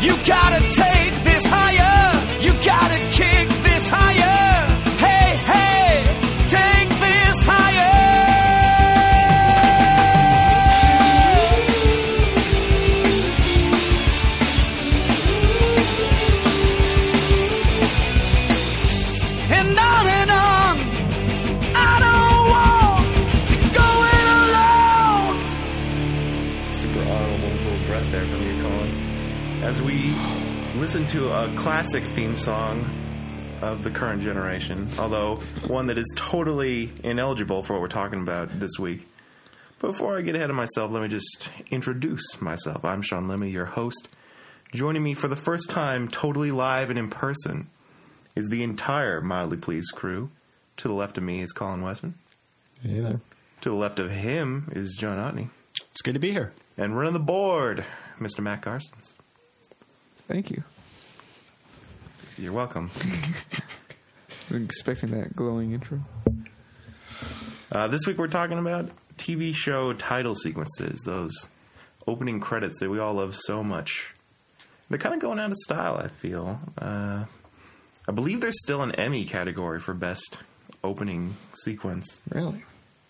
You gotta take this higher. You gotta kick this higher. Hey, hey, take this higher. And on and on. I don't want to go it alone. Super audible little breath there from you, Colin. As we listen to a classic theme song of the current generation, although one that is totally ineligible for what we're talking about this week. Before I get ahead of myself, let me just introduce myself. I'm Sean Lemmy, your host. Joining me for the first time, totally live and in person, is the entire Mildly Pleased crew. To the left of me is Colin Westman. Hey there. To the left of him is John Otney. It's good to be here. And running the board, Mr. Matt Carstens. Thank you. You're welcome. I was expecting that glowing intro. Uh, this week we're talking about TV show title sequences, those opening credits that we all love so much. They're kind of going out of style, I feel. Uh, I believe there's still an Emmy category for best opening sequence. Really?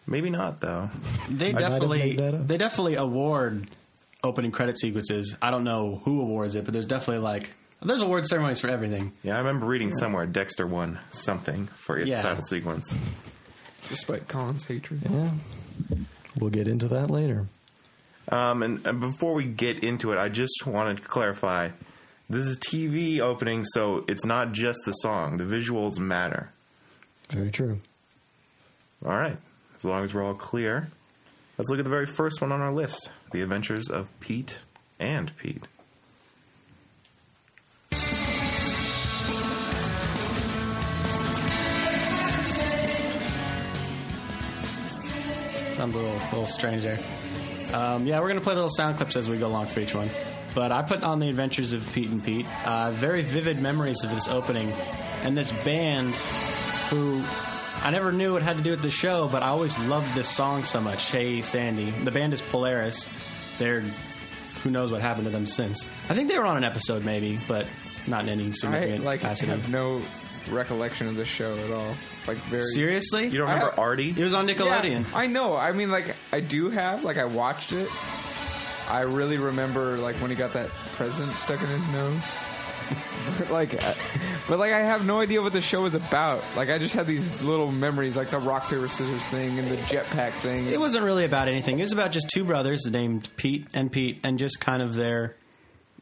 Maybe not, though. They might have definitely made that up. they definitely award opening credit sequences. I don't know who awards it, but there's definitely like there's award ceremonies for everything. Yeah, I remember reading somewhere Dexter won something for its Yeah. title sequence. Despite Colin's hatred. Yeah. We'll get into that later. Um, and, and before we get into it, I just wanted to clarify: this is TV opening, so it's not just the song. The visuals matter. Very true. All right, as long as we're all clear, let's look at the very first one on our list: The Adventures of Pete and Pete. I'm a little little strange there. Um, yeah, we're gonna play little sound clips as we go along for each one. But I put on the Adventures of Pete and Pete. Uh, very vivid memories of this opening and this band who I never knew it had to do with the show, but I always loved this song so much. Hey Sandy. The band is Polaris. They're who knows what happened to them since. I think they were on an episode maybe, but not in any I significant like capacity. have no recollection of the show at all. Like very Seriously? You don't remember I- Artie? it was on Yeah, Nickelodeon. I know. I mean, like I do have. Like I watched it. I really remember like when he got that present stuck in his nose. But, like, I- but like I have no idea what the show was about. Like I just had these little memories, like the rock paper scissors thing and the jetpack thing. It wasn't really about anything. It was about just two brothers named Pete and Pete and just kind of their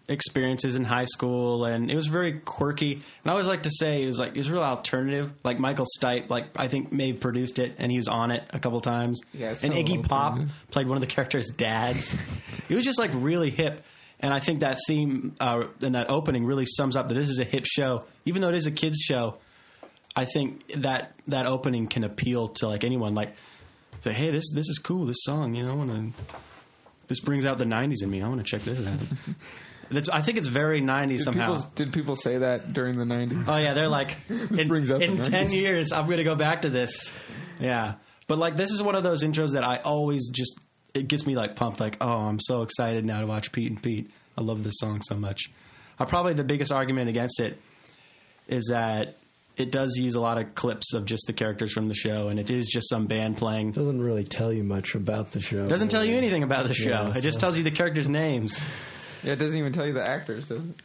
experiences in high school and it was very quirky. And I always like to say it was like it was real alternative. Like Michael Stipe, like I think may have produced it and he was on it a couple times. Yeah, it's and kind of Iggy Pop alternative. played one of the characters' dads. it was just like really hip. And I think that theme uh, in that opening really sums up that this is a hip show, even though it is a kids show. I think that that opening can appeal to like anyone. Like, say, hey, this this is cool. This song, you know, I want to. This brings out the '90s in me. I want to check this out. That's, I think it's very '90s Did somehow. people, did people say that during the nineties? Oh yeah, they're like in, brings up in the ten 90s. years I'm gonna go back to this. Yeah, but like this is one of those intros that I always just it gets me like pumped. Like oh, I'm so excited now to watch Pete and Pete. I love this song so much. Uh, probably the biggest argument against it is that it does use a lot of clips of just the characters from the show, and it is just some band playing. Doesn't really tell you much about the show. Doesn't tell you anything about the show. Yeah, it just so- tells you the characters' names. Yeah, it doesn't even tell you the actors. Does it?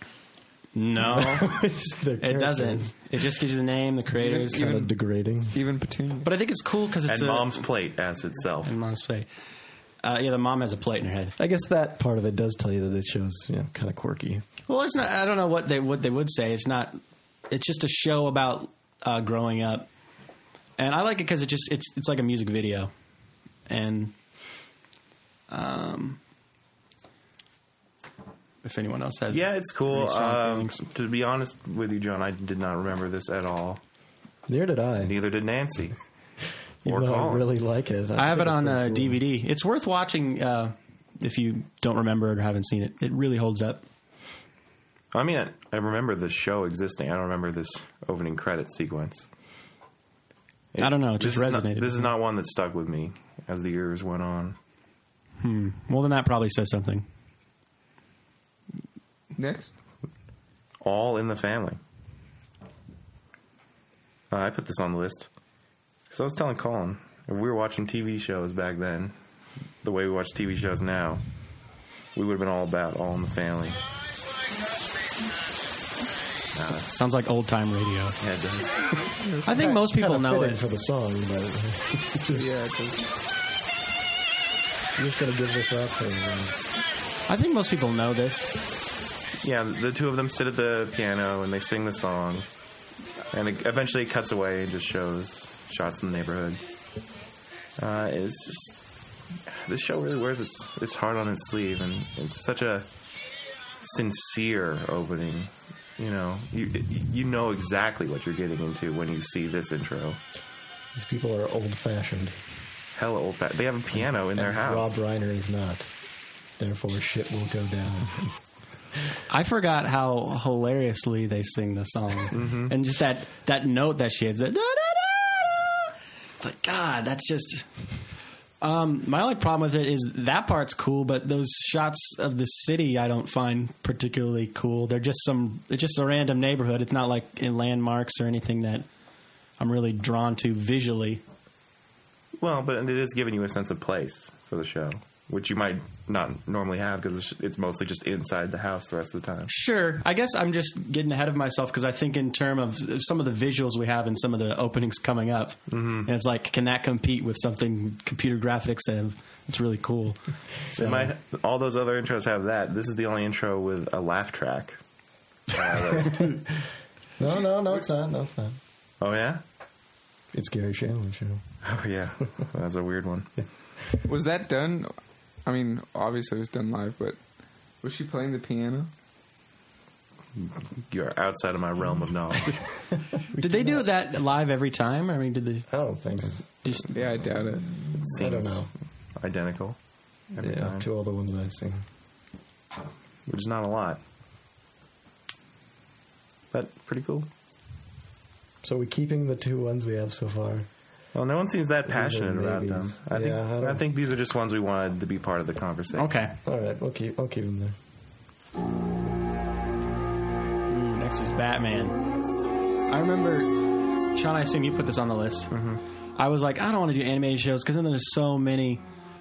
No, it it doesn't. It just gives you the name, the creators. Kind of degrading. Even Petunia. But I think it's cool because it's and a, Mom's Plate as itself. And mom's plate. Uh, yeah, the mom has a plate in her head. I guess that part of it does tell you that this show's you know, kind of quirky. Well, it's not. I don't know what they what they would say. It's not. It's just a show about uh, growing up, and I like it because it just it's it's like a music video, and um, if anyone else has Yeah, it's cool. Pretty strong Um, feelings. to be honest with you, John, I did not remember this at all. Neither did I. Neither did Nancy. Even Or though I Colin. really like it. I think have it it's on pretty uh, cool. DVD. It's worth watching uh, if you don't remember it or haven't seen it. It really holds up. I mean, I, I remember the show existing. I don't remember this opening credit sequence. I don't know. It This just is, not, resonated. this is not one that stuck with me as the years went on. well, then that probably says something. Next. All in the Family. Uh, I put this on the list. So I was telling Colin, if we were watching TV shows back then, the way we watch TV shows now, we would have been all about All in the Family. Sounds like old time radio. Yeah, it does. I think most people Kinda know fitting it. for the song, but Yeah, it's just- you're just gonna give this up. And, uh, I think most people know this. Yeah, the two of them sit at the piano and they sing the song, and it eventually it cuts away and just shows shots in the neighborhood. Uh, it's just this show really wears its its heart on its sleeve, and it's such a sincere opening. You know, you you know exactly what you're getting into when you see this intro. uh, these people are old fashioned. Hella old fashioned. They have a piano in their Rob house. Reiner is not. Therefore, shit will go down. I forgot how hilariously they sing the song, and just that that note that she has. That, da, da, da, da. It's like God, that's just. Um, my only problem with it is that part's cool, but those shots of the city I don't find particularly cool. They're just some, it's just a random neighborhood. It's not like in landmarks or anything that I'm really drawn to visually. Well, but it is giving you a sense of place for the show, which you might not normally have because it's mostly just inside the house the rest of the time. Sure. I guess I'm just getting ahead of myself because I think in term of some of the visuals we have and some of the openings coming up, and it's like, can that compete with something computer graphics have? It's really cool. So It might, all those other intros have that. This is the only intro with a laugh track. No, no, no, it's not. No, it's not. oh yeah, It's Gary Shandling show. oh yeah. That's a weird one. was that done? I mean, obviously it was done live, but was she playing the piano? You are outside of my realm of knowledge. did they do that live every time? I mean, did they I don't think. so. just? Yeah, I doubt it. It I seems don't know. identical every Up time, to all the ones I've seen. which is not a lot, but pretty cool. So we're keeping the two ones we have so far. Well, no one seems that passionate about them. maybes. I Yeah, I think don't- I, think these are just ones we wanted to be part of the conversation. Okay. All right, we'll keep. I'll keep them there. Ooh, next is Batman. I remember, Sean. I assume you put this on the list. Mm-hmm. I was like, I don't want to do animated shows because then there's so many.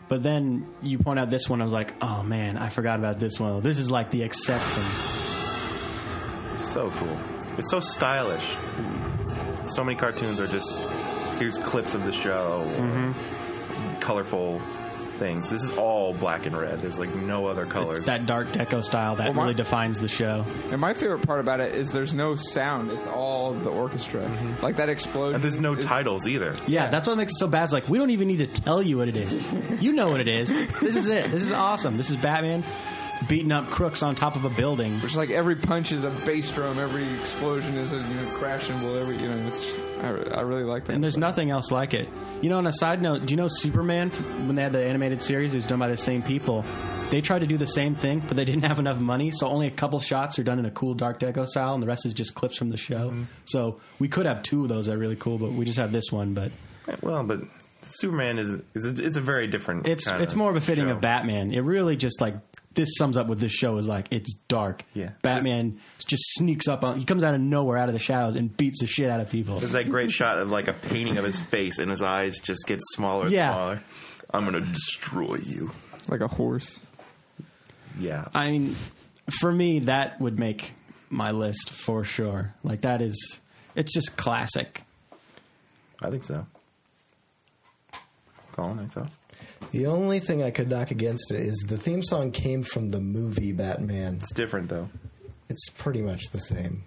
But then you point out this one. I was like, oh man, I forgot about this one. This is like the exception. So cool. It's so stylish. So many cartoons are just here's clips of the show, Mm-hmm. colorful things. This is all black and red. There's like no other colors. It's that dark deco style that Well, my- really defines the show. And my favorite part about it is there's no sound; it's all the orchestra, like that explosion. and there's no is- titles either. Yeah, that's what makes it so bad. It's like we don't even need to tell you what it is. You know what it is. This is it. This is awesome. This is Batman beating up crooks on top of a building. Which like every punch is a bass drum, every explosion is a you know, crash cymbal, every you know. It's I, I really like that. And there's But- nothing else like it. You know, on a side note, do you know Superman, f- when they had the animated series, it was done by the same people? They tried to do the same thing, but they didn't have enough money, so only a couple shots are done in a cool Dark Deco style, and the rest is just clips from the show. So we could have two of those that are really cool, but we just have this one. But Well, but Superman is, is it's a very different. It's kinda it's more befitting show. of Batman. It really just like this sums up what this show is like. It's dark. Yeah. Batman just sneaks up on. He comes out of nowhere, out of the shadows, and beats the shit out of people. There's that great shot of like a painting of his face, and his eyes just get smaller and Yeah. smaller. I'm gonna destroy you. like a horse. Yeah. I mean, for me, that would make my list for sure. Like that is, it's just classic. I think so. Colin, any thoughts? The only thing I could knock against it is the theme song came from the movie Batman. It's different though. It's pretty much the same.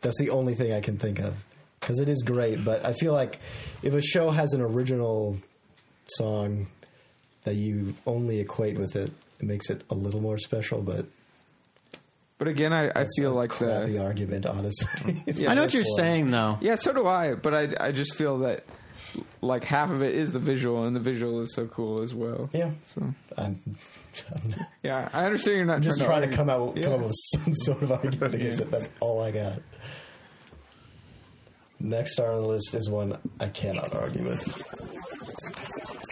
That's the only thing I can think of because it is great. But I feel like if a show has an original song that you only equate with it, it makes it a little more special. But But again, I, I feel like crappy the argument, honestly. Yeah, I know what that's you're one. saying though. yeah. So do I. But I I just feel that like half of it is the visual, and the visual is so cool as well. Yeah. So I'm, I'm yeah, I understand you're not just trying to come out Yeah. come up with some sort of argument against Yeah. it. That's all I got. Next star on the list is one I cannot argue with.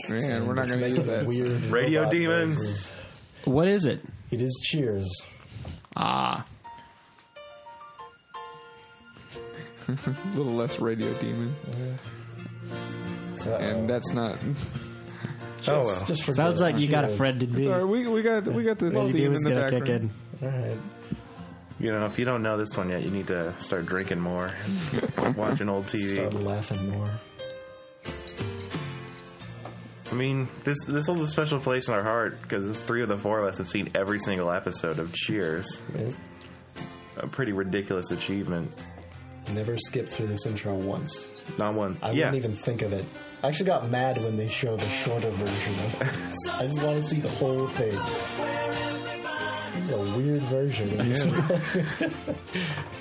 Man, we're not It's going to use making that. Weird Radio robot demons. noises. What is it? It is Cheers. Ah, a little less radio demon, and that's not. oh well. Just for Sounds good like you got a ideas. friend to be. Sorry, we we got we got the demon Well, in Demon's the gonna kick background. in. All right. You know, if you don't know this one yet, you need to start drinking more, watching old Start TV. laughing more. I mean, this this holds a special place in our heart because three of the four of us have seen every single episode of Cheers. Right? A pretty ridiculous achievement. Never skip through this intro once. Not one. I yeah, wouldn't even think of it. I actually got mad when they show the shorter version of it. I just want to see the whole thing. It's a weird version.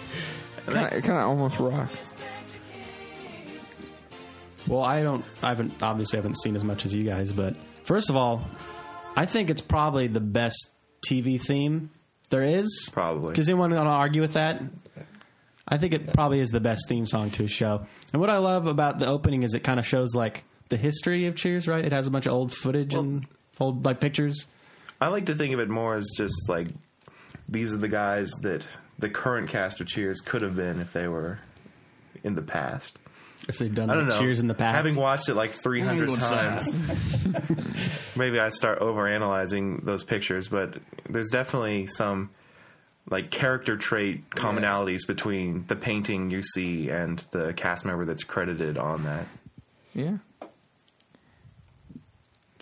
Yeah. Kinda- It kind of almost rocks. Well, I don't. I haven't obviously haven't seen as much as you guys, but first of all, I think it's probably the best TV theme there is. Probably. Does anyone want to argue with that? I think it probably is the best theme song to a show. And what I love about the opening is it kind of shows like the history of Cheers, right? It has a bunch of old footage and old like pictures. I like to think of it more as just like these are the guys that the current cast of Cheers could have been if they were in the past. If they've done I don't like, know. Cheers in the past, having watched it like 300 England times, maybe I start overanalyzing those pictures. But there's definitely some like character trait commonalities between the painting you see and the cast member that's credited on that. Yeah.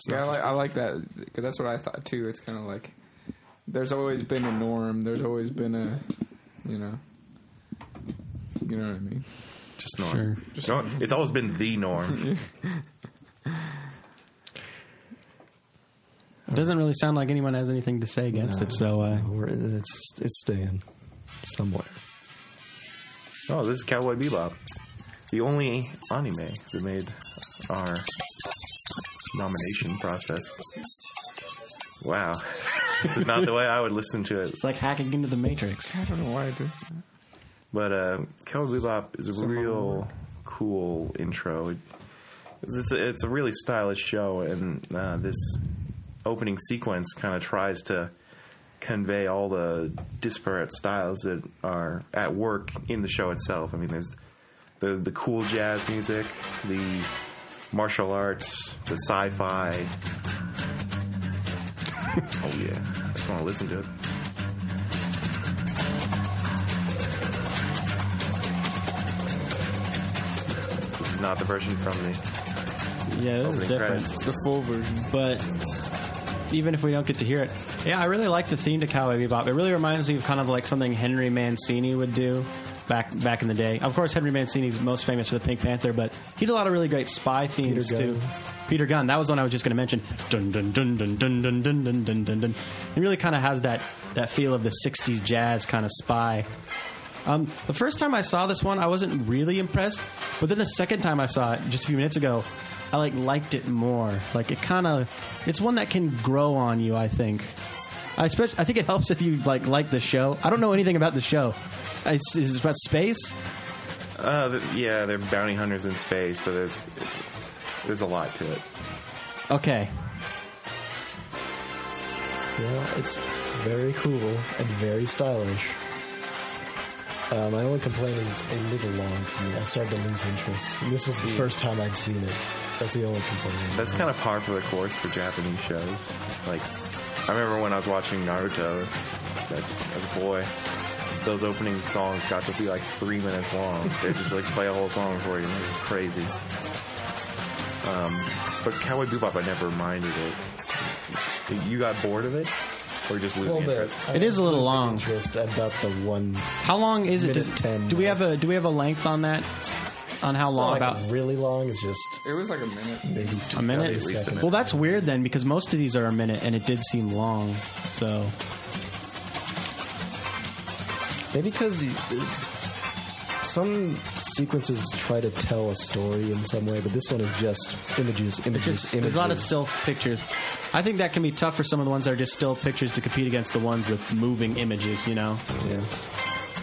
yeah, I like, I like that because that's what I thought too. It's kind of like there's always been a norm. There's always been a, you know, you know what I mean. Just norm. Norm- It's always been the norm. it doesn't really sound like anyone has anything to say against it. So uh, We're- it's, it's staying somewhere. oh, this is Cowboy Bebop, the only anime that made our nomination process. Wow, this is not the way I would listen to it. it's like hacking into the Matrix. I don't know why I did. But uh, Cowboy Bebop is a real cool intro. It- It's a, it's a really stylish show, and uh, this opening sequence kind of tries to convey all the disparate styles that are at work in the show itself. I mean, there's the the cool jazz music, the martial arts, the sci-fi. oh yeah, I just want to listen to it. This is not the version from the Yeah, this is opening different. credits. It's the full version. but even if we don't get to hear it, yeah, I really like the theme to Cowboy Bebop. It really reminds me of kind of like something Henry Mancini would do back back in the day. Of course, Henry Mancini's most famous for the Pink Panther, but he did a lot of really great spy themes Peter Gunn. too. Peter Gunn, that was one I was just going to mention. Dun dun dun dun dun dun dun dun dun dun dun. It really kind of has that that feel of the '60s jazz kind of spy. Um, the first time I saw this one, I wasn't really impressed, but then the second time I saw it, just a few minutes ago, I like liked it more. Like it kind of, it's one that can grow on you. I think. I especially, I think it helps if you like like the show. I don't know anything about the show. It's, it's about space. Uh, th yeah, they're bounty hunters in space, but there's there's a lot to it. Okay, Yeah, it's, it's very cool and very stylish. Uh, my only complaint is it's a little long for me. I started to lose interest. And this was the first time I'd seen it. That's the only complaint. That's kind of par for the course for Japanese shows. Like, I remember when I was watching Naruto as, as a boy, those opening songs got to be like three minutes long. They just like play a whole song for you. and It was crazy. Um, but Cowboy Bebop, I never minded it. You got bored of it, or just losing A little bit. interest? I It is a little long. Interest about the one how long is it? Minute Does, 10, do we yeah. have a do we have a length on that? On how long? like about really long is just It was like a minute. maybe a minute? least a minute. Well, that's weird then, because most of these are a minute, and it did seem long. So Maybe because there's some sequences try to tell a story in some way, but this one is just images, images, images. Just, there's a lot of still pictures. I think that can be tough for some of the ones that are just still pictures to compete against the ones with moving images, you know? Yeah.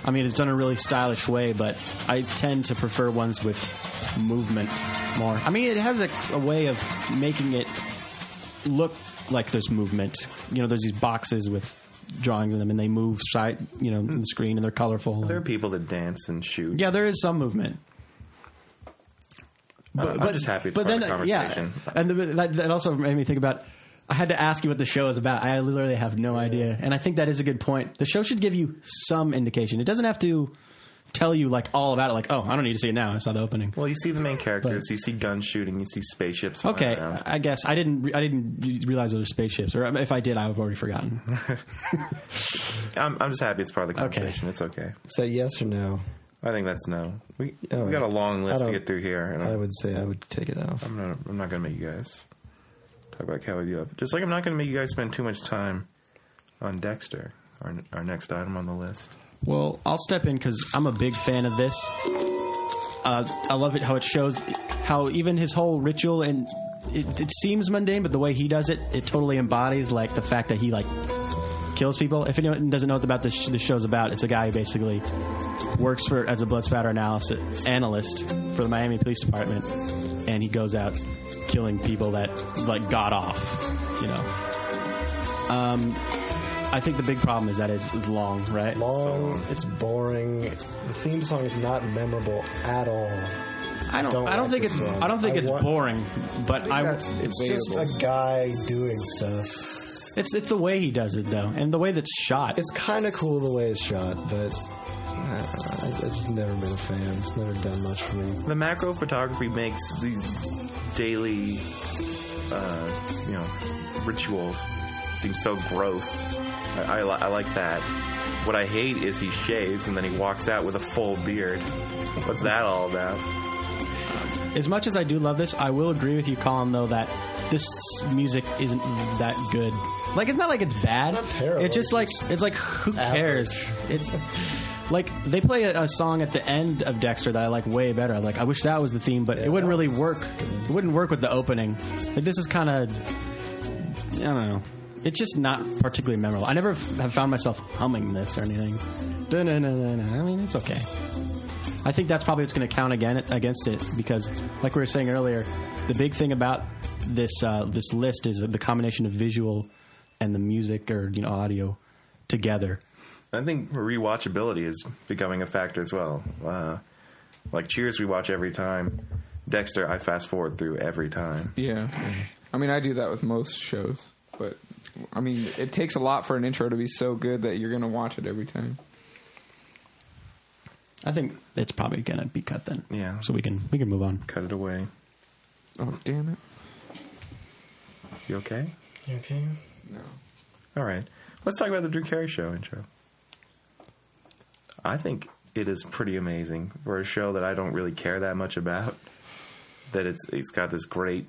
I mean, it's done in a really stylish way, but I tend to prefer ones with movement more. I mean, it has a, a way of making it look like there's movement. You know, there's these boxes with drawings in them, and they move side, you know, in the screen, and they're colorful. There are people that dance and shoot. yeah, there is some movement. Uh, I'm just happy it's part of the conversation. uh, Yeah, and the, that, that also made me think about. I had to ask you what the show is about. I literally have no idea, and I think that is a good point. The show should give you some indication. It doesn't have to tell you like all about it. Like, oh, I don't need to see it now. I saw the opening. Well, you see the main characters. But- you see guns shooting. You see spaceships. flying Okay, around. I guess I didn't. Re- I didn't re- realize those were spaceships, or if I did, I've already forgotten. I'm, I'm just happy it's part of the Okay. conversation. It's okay. Say yes or no. I think that's no. We All we got a right. long I list to don't- get through here, and I I'm, would say I would take it off. I'm not. I'm not going to make you guys talk about Cowboy Bebop. Just like I'm not going to make you guys spend too much time on Dexter, our our next item on the list. Well, I'll step in because I'm a big fan of this. Uh, I love it how it shows how even his whole ritual and it, it seems mundane, but the way he does it, it totally embodies like the fact that he like kills people. If anyone doesn't know about this, this show's about, it's a guy who basically works for as a blood spatter analysis analyst for the Miami Police Department, and he goes out killing people that like got off, you know. Um, I think the big problem is that it's, it's long, right? Long. It's boring. The theme song is not memorable at all. I don't. don't I don't like think this it's. song. I don't think I it's want- boring, but I. That's It's just a debatable. guy doing stuff. it's it's the way he does it though, and the way that's shot. It's kind of cool the way it's shot, but I, I, I've just never been a fan. It's never done much for me. The macro photography makes these daily, uh, you know, rituals seem so gross. I, I, li- I like that. What I hate is he shaves and then he walks out with a full beard. What's that all about? as much as I do love this, I will agree with you, Colin, though that this music isn't that good. Like it's not like it's bad. It's not terrible. It's It's just like it's like who average. cares? It's like they play a, a song at the end of Dexter that I like way better. Like I wish that was the theme, but it wouldn't really work. It wouldn't work with the opening. Like this is kind of I don't know. It's just not particularly memorable. I never f- have found myself humming this or anything. Dun-dun-dun-dun-dun. I mean, it's okay. I think that's probably what's going to count again against it because, like we were saying earlier, the big thing about this uh, this list is the combination of visual and the music or you know audio together. I think rewatchability is becoming a factor as well. Uh, like Cheers, we watch every time. Dexter, I fast forward through every time. Yeah. I mean, I do that with most shows, but I mean, it takes a lot for an intro to be so good that you're going to watch it every time. I think it's probably going to be cut then. Yeah. So we can we can move on. Cut it away. Oh, damn it. You okay? Okay. No. All right. Let's talk about the Drew Carey show intro. I think it is pretty amazing for a show that I don't really care that much about. That it's it's got this great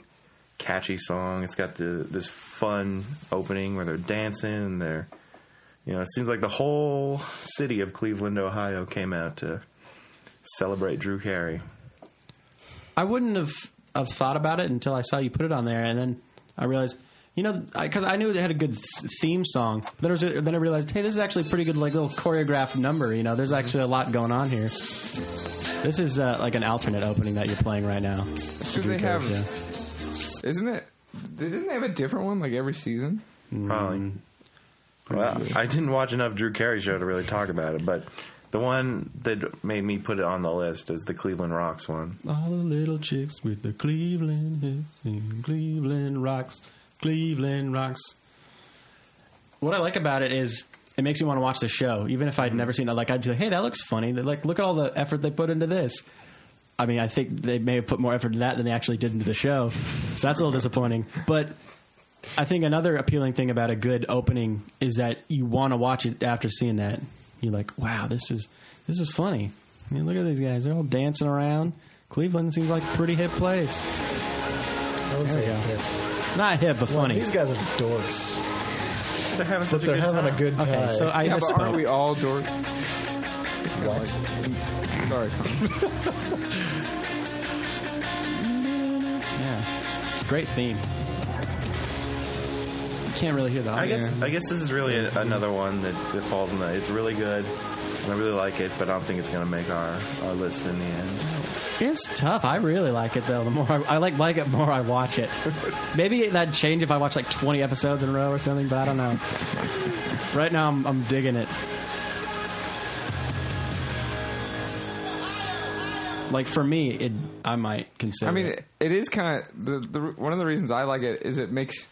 catchy song. It's got the this fun opening where they're dancing and they're you know, it seems like the whole city of Cleveland, Ohio came out to celebrate Drew Carey. I wouldn't have, have thought about it until I saw you put it on there, and then I realized, you know, because I, knew it had a good th- theme song. But then, it was, then I realized, hey, this is actually a pretty good, like little choreographed number. You know, there's actually a lot going on here. This is uh, like an alternate opening that you're playing right now. Because they have, isn't it? They Didn't they have a different one like every season? Probably. well, I didn't watch enough Drew Carey show to really talk about it, but the one that made me put it on the list is the Cleveland Rocks one. All the little chicks with the Cleveland hips and Cleveland rocks, Cleveland rocks. What I like about it is it makes me want to watch the show, even if Mm-hmm. I'd never seen it. Like I'd be like, hey, that looks funny. They're Like, look at all the effort they put into this. I mean, I think they may have put more effort into that than they actually did into the show, so that's a little disappointing. But I think another appealing thing about a good opening is that you want to watch it after seeing that. You're like, wow, this is this is funny. I mean, look at these guys; they're all dancing around. Cleveland seems like a pretty hip place. I would say yeah. Not hip, but funny. These guys are dorks, They're having such but they're a good having time. a good time. okay, so I uh, Yeah, but aren't misspoke. we all dorks? It's kinda What? like- sorry, Colin. yeah, it's a great theme. You can't really hear the I audio. guess I guess this is really a, another one that, that falls in the. It's really good, and I really like it, but I don't think it's going to make our, our list in the end. It's tough. I really like it though. The more I, I like like it, more I watch it. Maybe that'd change if I watch like twenty episodes in a row or something, but I don't know. Right now, I'm, I'm digging it. Like for me, it I might consider. I mean, it. it, it is kind of the, the one of the reasons I like it is it makes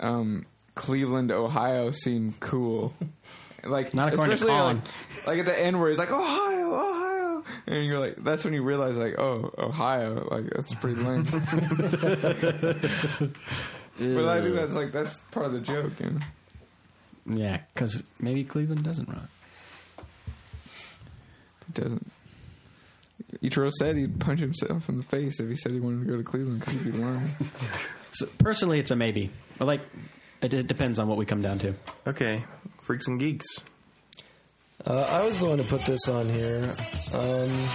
um, Cleveland, Ohio, seem cool. Like Not according to especially Colin. Like, like at the end where he's like Ohio, Ohio, and you're like, that's when you realize like, oh, Ohio, like that's pretty lame. but I think that's like that's part of the joke. You know? yeah, because maybe Cleveland doesn't rock. It doesn't. Ichiro said he'd punch himself in the face if he said he wanted to go to Cleveland because he'd be lying. So personally, it's a maybe. But like, it, it depends on what we come down to. Okay, freaks and geeks. Uh, I was the one to put this on here. Um,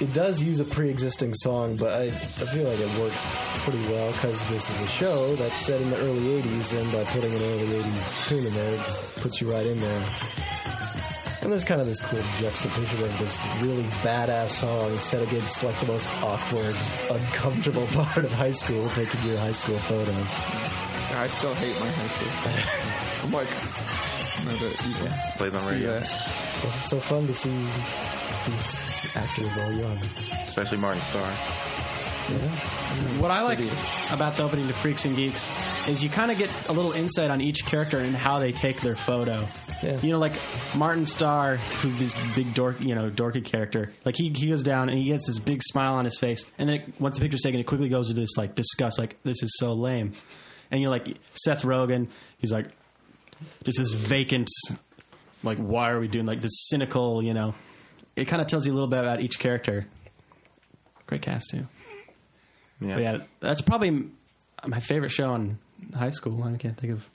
it does use a pre-existing song, but I, I feel like it works pretty well because this is a show that's set in the early '80s, and by putting an early '80s tune in there, it puts you right in there. And there's kind of this cool juxtaposition of this really badass song set against like the most awkward, uncomfortable part of high school, taking your high school photo. I still hate my high school. I'm like, no, but you can Plays on see radio, that. It's so fun to see these actors all young. especially Martin Starr. What I like about the opening to Freaks and Geeks is you kind of get a little insight on each character and how they take their photo. Yeah. You know, like Martin Starr, who's this big dork, you know, dorky character. Like he, he goes down and he gets this big smile on his face, and then it, once the picture's taken, it quickly goes to this like disgust, like this is so lame. And you're like Seth Rogen, he's like just this vacant, like why are we doing like this cynical, you know? It kind of tells you a little bit about each character. Great cast too. Yeah. But yeah, that's probably m- my favorite show in high school. I can't think of.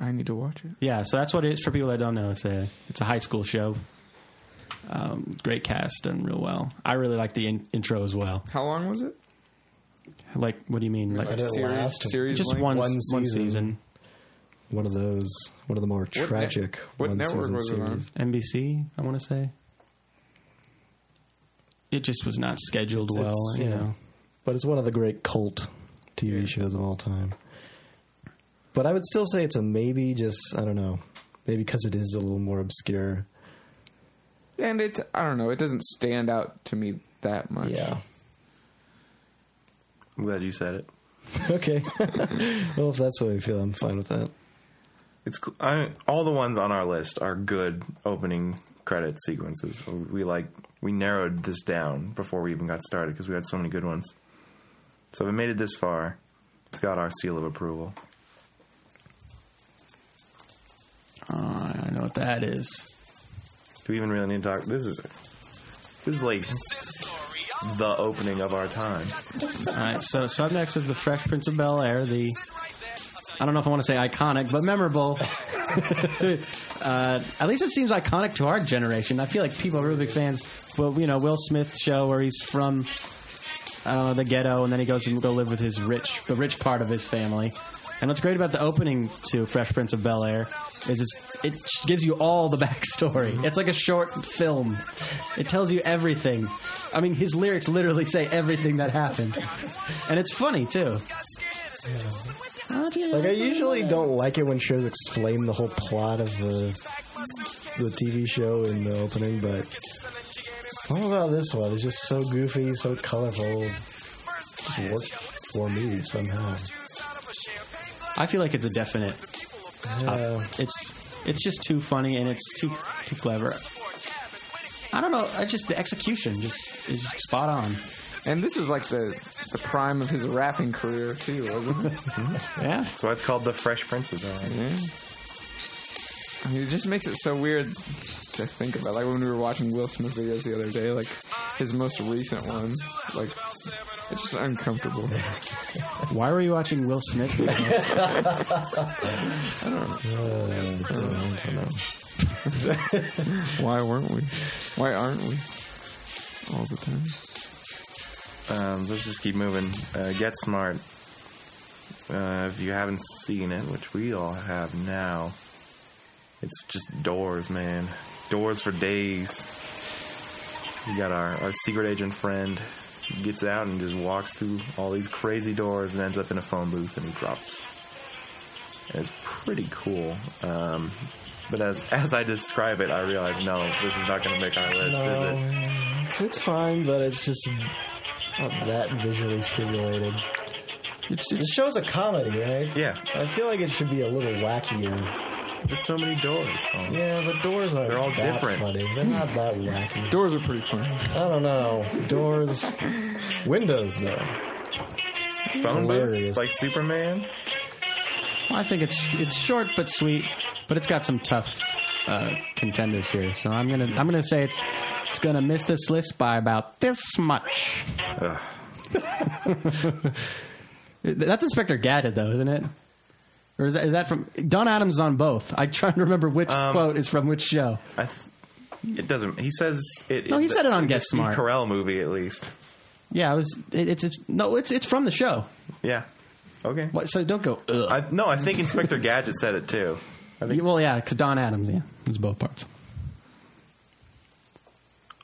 I need to watch it. Yeah, so that's what it is for people that don't know. It's a it's a high school show. Um, great cast, done real well. I really like the in- intro as well. How long was it? Like, what do you mean? Like, I didn't series, last. series just length? one one s- one season. season. one of those, one of the more ne- tragic what one network season was it on? series. NBC, I want to say. It just was not scheduled It's- well, it's, you yeah. know. But it's one of the great cult TV shows of all time. But I would still say it's a maybe. Just I don't know, maybe because it is a little more obscure. And it's I don't know. It doesn't stand out to me that much. Yeah. I'm glad you said it. Okay. well, if that's the way you feel, I'm fine with that. It's cool. I, all the ones on our list are good opening credit sequences. We like we narrowed this down before we even got started because we had so many good ones. So we made it this far. It's got our seal of approval. Uh, I know what that is. Do we even really need to talk? This is this is like the opening of our time. All right, so so up next is the Fresh Prince of Bel Air, the I don't know if I want to say iconic, but memorable. uh, at least it seems iconic to our generation. I feel like people are really big fans. Well, you know, Will Smith show where he's from I don't know the ghetto, and then he goes and go live with his rich the rich part of his family. And what's great about the opening to Fresh Prince of Bel Air is it's, it gives you all the backstory. It's like a short film. It tells you everything. I mean, his lyrics literally say everything that happened, and it's funny too. Like I usually don't like it when shows explain the whole plot of the the TV show in the opening, but something about this one is just so goofy, so colorful. It works for me somehow. I feel like it's a definite. uh, Yeah. It's it's just too funny and it's too too clever. I don't know. I just the execution just is spot on. And this is like the the prime of his rapping career too, wasn't it? Yeah. That's why it's called the Fresh Prince of Bel Air. yeah. I mean, it just makes it so weird to think about. Like when we were watching Will Smith videos the other day, like his most recent one, like it's just uncomfortable. Why were you watching Will Smith? Why weren't we? Why aren't we? All the time. Um, let's just keep moving. Uh, Get Smart. Uh, if you haven't seen it, which we all have now, it's just doors, man. Doors for days. We got our, our secret agent friend He gets out and just walks through all these crazy doors and ends up in a phone booth and he drops It's pretty cool. Um, but as as I describe it, I realize no, this is not going to make our list, is it? It's, it's fine, but it's just not that visually stimulated. It's, The it's, show's a comedy, right? Yeah, I feel like it should be a little wackier. there's so many doors. Colin. Yeah, but doors are They're all that different. Funny. They're not that wacky. doors are pretty funny. I don't know. Doors, windows though. Phone Hilarious. booths like Superman. Well, I think it's it's short but sweet, but it's got some tough uh, contenders here. So I'm gonna I'm gonna say it's it's gonna miss this list by about this much. Ugh. That's Inspector Gadget, though, isn't it? Or is that, is that from Don Adams is on both? I try to remember which Um, quote is from which show. I th- it doesn't. He says it. No, he said it on the Get Steve Smart. Carell movie, at least. Yeah, it was. It, it's, it's no, it's it's from the show. Yeah. Okay. What, so don't go. Ugh. I, no, I think Inspector Gadget said it too. I think Yeah, well, yeah, because Don Adams, yeah, it's both parts.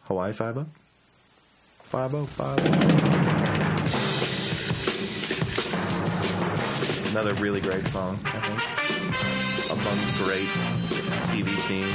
Hawaii Five O. Five O Five oh. O. Another really great song, I think. Among great TV themes.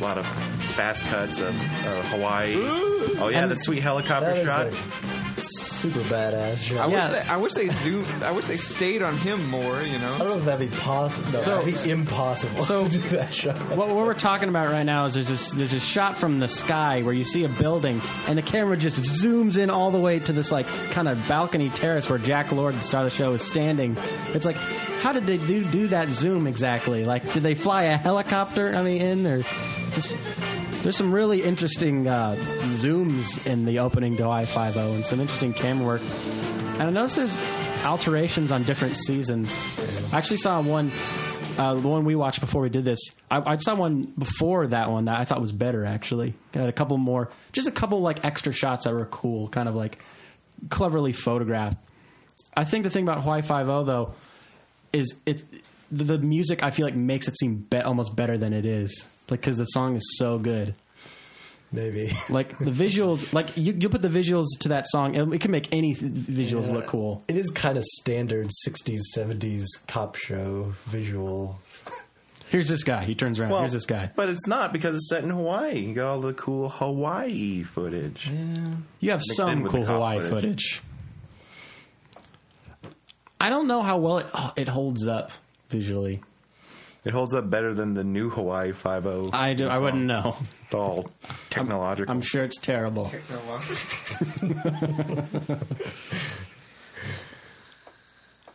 A lot of fast cuts of uh, Hawaii. Oh yeah, And- the sweet helicopter That is shot. a super badass I shot. wish Yeah. they, I wish they zoomed. I wish they stayed on him more. You I don't know. know if that'd be possible. No, So- that'd be impossible so- to do that shot. What, what we're talking about right now is there's this there's this shot from the sky where you see a building and the camera just zooms in all the way to this like kind of balcony terrace where Jack Lord, the star of the show, is standing. It's like, how did they do do that zoom exactly? Like, did they fly a helicopter? I mean, in or just there's some really interesting uh, zooms in the opening to I Five O and some interesting camera work. And I noticed there's alterations on different seasons. I actually saw one, uh, the one we watched before we did this. I, I saw one before that one that I thought was better. Actually, it had a couple more, just a couple like extra shots that were cool, kind of like cleverly photographed. I think the thing about Hawaii Five O though is it the, the music I feel like makes it seem be- almost better than it is, like because the song is so good. Maybe. Like the visuals, like you you put the visuals to that song, it, it can make any th- visuals look cool. It is kind of standard 60s, 70s cop show visual. Here's this guy. He turns around. Well, Here's this guy. But it's not because it's set in Hawaii. You got all the cool Hawaii footage. You have Mixed in some with the cool cop Hawaii footage. footage. I don't know how well it oh, it holds up visually. It holds up better than the new Hawaii Five oh. O. I do, I wouldn't know. It's all technological. I'm sure it's terrible.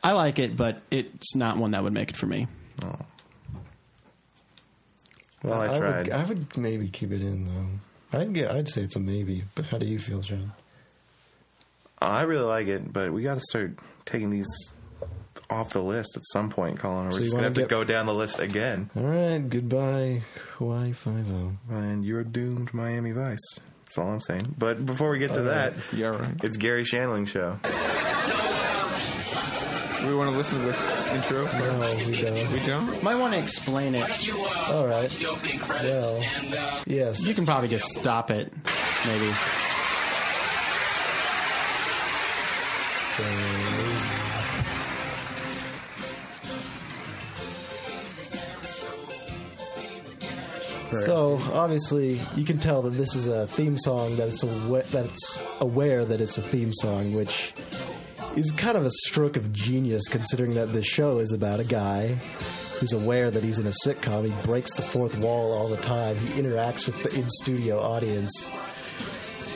I like it, but it's not one that would make it for me. well, I tried. Would, I would maybe keep it in, though. I'd, get, I'd say it's a maybe, but how do you feel, Sean? I really like it, but we got to start taking these off the list at some point, Colin. Or we're you just wanna gonna have to get- go down the list again. All right, goodbye, Hawaii 5 0. And you're doomed, Miami Vice. That's all I'm saying. But before we get to that, Yeah, right. it's Gary Shandling show. We want to listen to this intro. No, we We don't. don't. Might want to explain it. All right. Well, yes. You can probably just stop it, maybe. So, So, obviously you can tell that this is a theme song that it's awa- that it's aware that it's a theme song, which is kind of a stroke of genius considering that the show is about a guy who's aware that he's in a sitcom. He breaks the fourth wall all the time. He interacts with the in studio audience.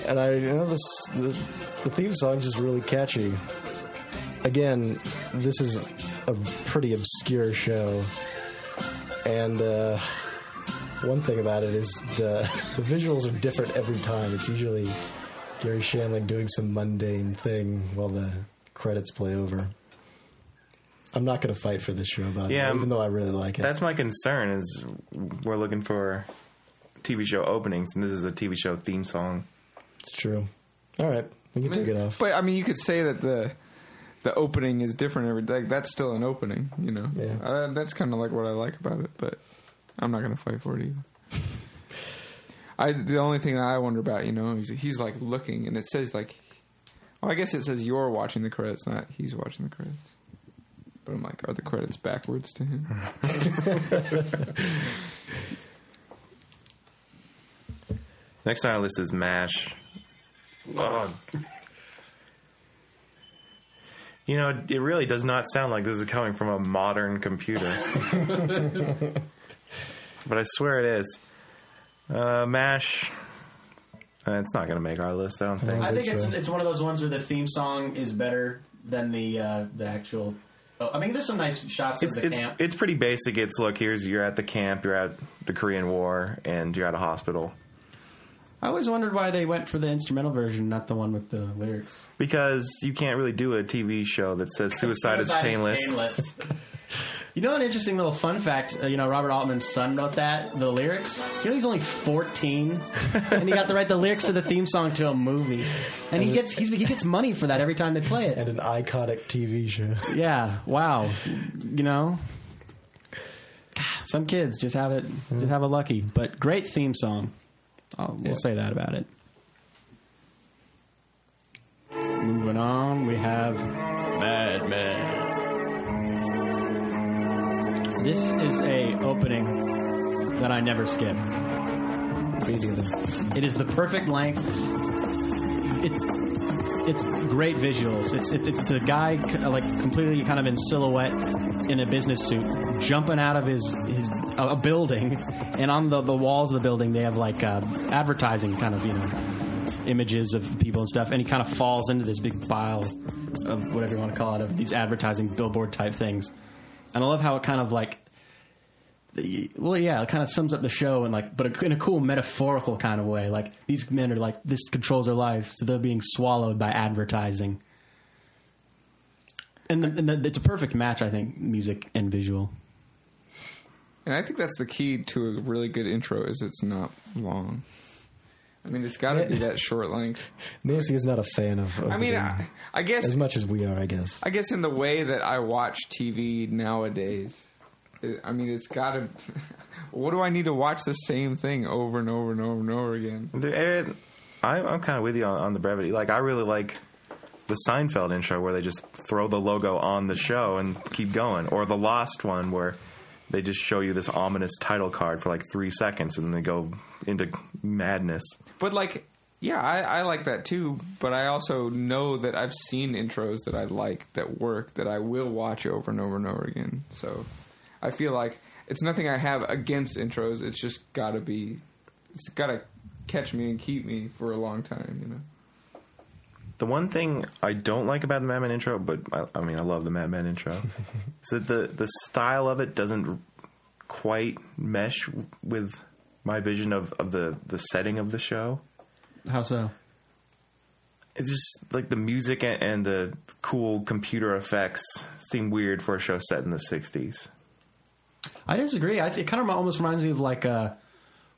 And I you know this the, the theme song's just really catchy. Again, this is a pretty obscure show. And uh, one thing about it is the the visuals are different every time. It's usually Gary Shandling doing some mundane thing while the credits play over. I'm not going to fight for this show about Yeah, it, even though I really like it. That's my concern. Is we're looking for TV show openings, and this is a TV show theme song. It's true. All right, we can take it off. But I mean, you could say that the the opening is different every day. Like, that's still an opening, you know. Yeah. Uh, that's kind of like what I like about it, but I'm not gonna fight for it either. I the only thing I wonder about, you know, is he's like looking, and it says like Oh, I guess it says you're watching the credits, not he's watching the credits. But I'm like, are the credits backwards to him? Next on our list is MASH. Ugh. You know, it really does not sound like this is coming from a modern computer. but I swear it is. Uh, MASH. Uh, it's not going to make our list, I don't think. I think it's so. it's one of those ones where the theme song is better than the uh, the actual. Oh, I mean, there's some nice shots It's, of the it's, camp. it's pretty basic. It's look, here's you're at the camp, you're at the Korean War, and you're at a hospital. I always wondered why they went for the instrumental version, not the one with the lyrics. Because you can't really do a TV show that says suicide, is painless. you know, an interesting little fun fact. Uh, you know, Robert Altman's son wrote that the lyrics. You know, he's only fourteen, and he got to write the lyrics to the theme song to a movie, and he gets he's, he gets money for that every time they play and it. an iconic TV show. Yeah, wow. You know, some kids just have it, just have a lucky, but great theme song. I'll, We'll say that about it. Moving on, we have Mad Men. This is a opening that I never skip. It is the perfect length. It's it's great visuals. It's it's, it's a guy c- like completely kind of in silhouette in a business suit jumping out of his his a a building, and on the the walls of the building they have like uh, advertising kind of you know images of people and stuff, and he kind of falls into this big pile of whatever you want to call it of these advertising billboard type things, and I love how it kind of like well, yeah, it kind of sums up the show and like, but in a cool metaphorical kind of way. Like these men are like, this controls their lives, so they're being swallowed by advertising. And, the, and the, it's a perfect match, I think, music and visual. And I think that's the key to a really good intro is it's not long. I mean, it's got to be that short length. Nancy is not a fan of. of I mean, the- I, I as guess much as we are, I guess. I guess in the way that I watch TV nowadays, it, I mean, it's got to. What do I need to watch the same thing over and over and over and over again? There- eh, I, I'm kind of with you on, on the brevity. Like, I really like the Seinfeld intro where they just throw the logo on the show and keep going, or the Lost one where they just show you this ominous title card for like three seconds and they go into madness. But like, yeah, I, I like that too. But I also know that I've seen intros that I like that work that I will watch over and over and over again. So I feel like it's nothing I have against intros. It's just got to be. It's got to catch me and keep me for a long time. You know. The one thing I don't like about the Mad Men intro, but I, I mean, I love the Mad Men intro, is that the, the style of it doesn't quite mesh with my vision of, of the, the setting of the show. How so? it's just like the music and, and the cool computer effects seem weird for a show set in the 60s. I disagree. I, it kind of almost reminds me of like, uh,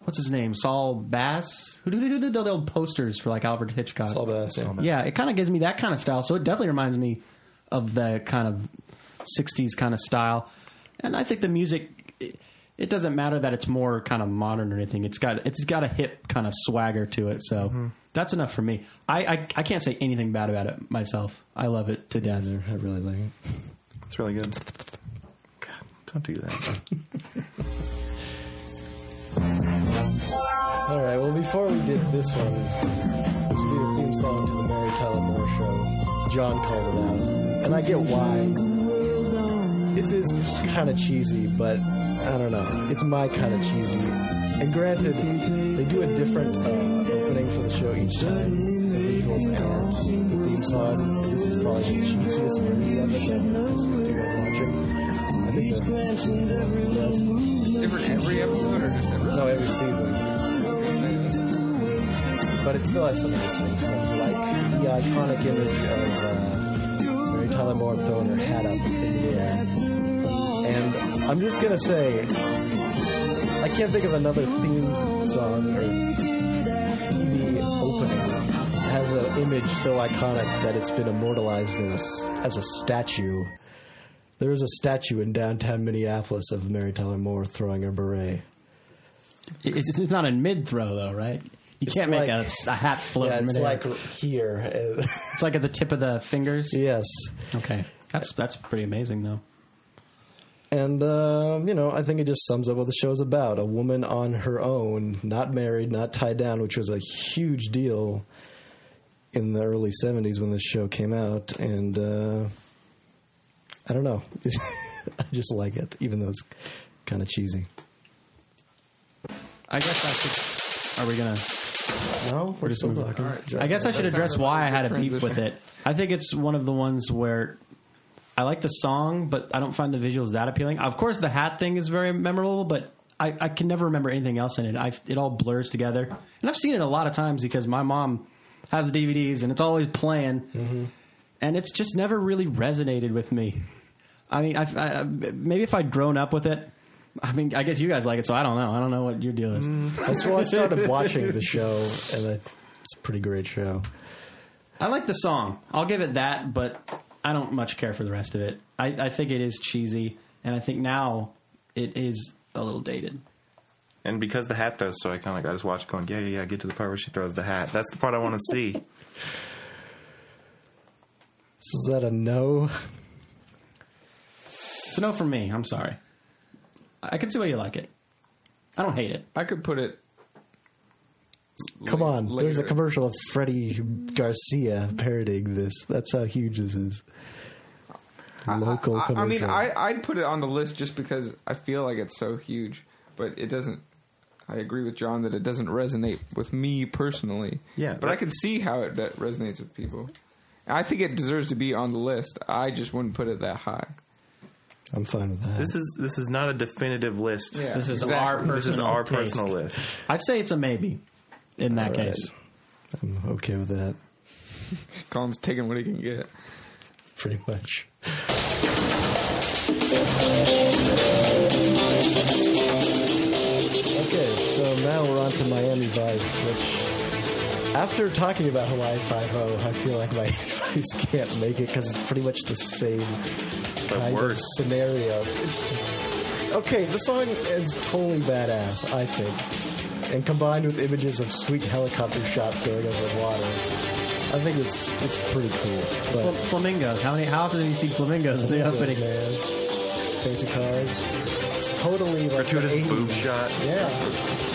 what's his name? Saul Bass? Who did do the old posters for like Alfred Hitchcock? All best. Yeah, it kind of gives me that kind of style. So it definitely reminds me of the kind of 60s kind of style. And I think the music it, it doesn't matter that it's more kind of modern or anything. It's got it's got a hip kind of swagger to it. So Mm-hmm. that's enough for me. I, I I can't say anything bad about it myself. I love it to death. I really like it. It's really good. God, don't do that. All right. Well, before we did this one, this would be the theme song to the Mary Tyler Moore Show. John called it out, and I get why. It is kind of cheesy, but I don't know. It's my kind of cheesy. And granted, they do a different uh, opening for the show each time. The visuals and the theme song. And this is probably the cheesiest version of it that I seem to end watching. I think that this is one of the best. It's different every episode or just every. No, every season. I was gonna say that's- But it still has some of the same stuff, like the iconic image of uh, Mary Tyler Moore throwing her hat up in the air. And I'm just gonna say, I can't think of another theme song or TV opening that has an image so iconic that it's been immortalized in a s as a statue. There is a statue in downtown Minneapolis of Mary Tyler Moore throwing her beret. It- It's, it's not in mid throw though, right? You It's can't make like- a, s- a hat float. Yeah, in it's midair. like here. it's like at the tip of the fingers. yes. Okay, that's that's pretty amazing though. And, um, you know, I think it just sums up what the show's about. A woman on her own, not married, not tied down, which was a huge deal in the early 70s when this show came out. And uh, I don't know. I just like it, even though it's kind of cheesy. I guess I should. Are we gonna? No, we're, still moving. talking. I guess I should That's address not why I really had a good beef with transition. it. I think it's one of the ones where I like the song, but I don't find the visuals that appealing. Of course, the hat thing is very memorable, but I, I can never remember anything else in it. I, it all blurs together, and I've seen it a lot of times because my mom has the DVDs, and it's always playing, and it's just never really resonated with me. I mean, I, I, maybe if I'd grown up with it. I mean, I guess you guys like it, so I don't know. I don't know what your deal is. That's why I started watching the show, and I, it's a pretty great show. I like the song. I'll give it that, but I don't much care for the rest of it. I, I think it is cheesy, and I think now it is a little dated. And because the hat throws so iconic, I just watched it going, yeah, yeah, yeah, get to the part where she throws the hat. That's the part I want to see. So Is that a no? So no for me. I'm sorry. I I can see why you like it. I don't hate it. I could put it. Come la- on. There's a later. commercial of Freddie Garcia parodying this. That's how huge this is. Local I, I commercial. mean, I, I'd put it on the list just because I feel like it's so huge, but it doesn't. I agree with John that it doesn't resonate with me personally. Yeah, but I that- can see how it that resonates with people. I think it deserves to be on the list. I just wouldn't put it that high. I'm fine with that. This is this is not a definitive list. Yeah. This is Exactly. our personal. This is our taste. personal list. I'd say it's a maybe. In that All right. case, I'm okay with that, Colin's taking what he can get. pretty much. Okay, so now we're on to Miami Vice, which, after talking about Hawaii Five-O, I feel like Miami Vice can't make it because it's pretty much the same kind worse. of scenario. It's, okay, the song is totally badass, I think. And combined with images of sweet helicopter shots going over the water, I think it's it's pretty cool. But Fl- flamingos. How many? How often do you see flamingos in the opening? man, fancy cars. It's totally like the Gratuitous 80s. boob shot. Yeah,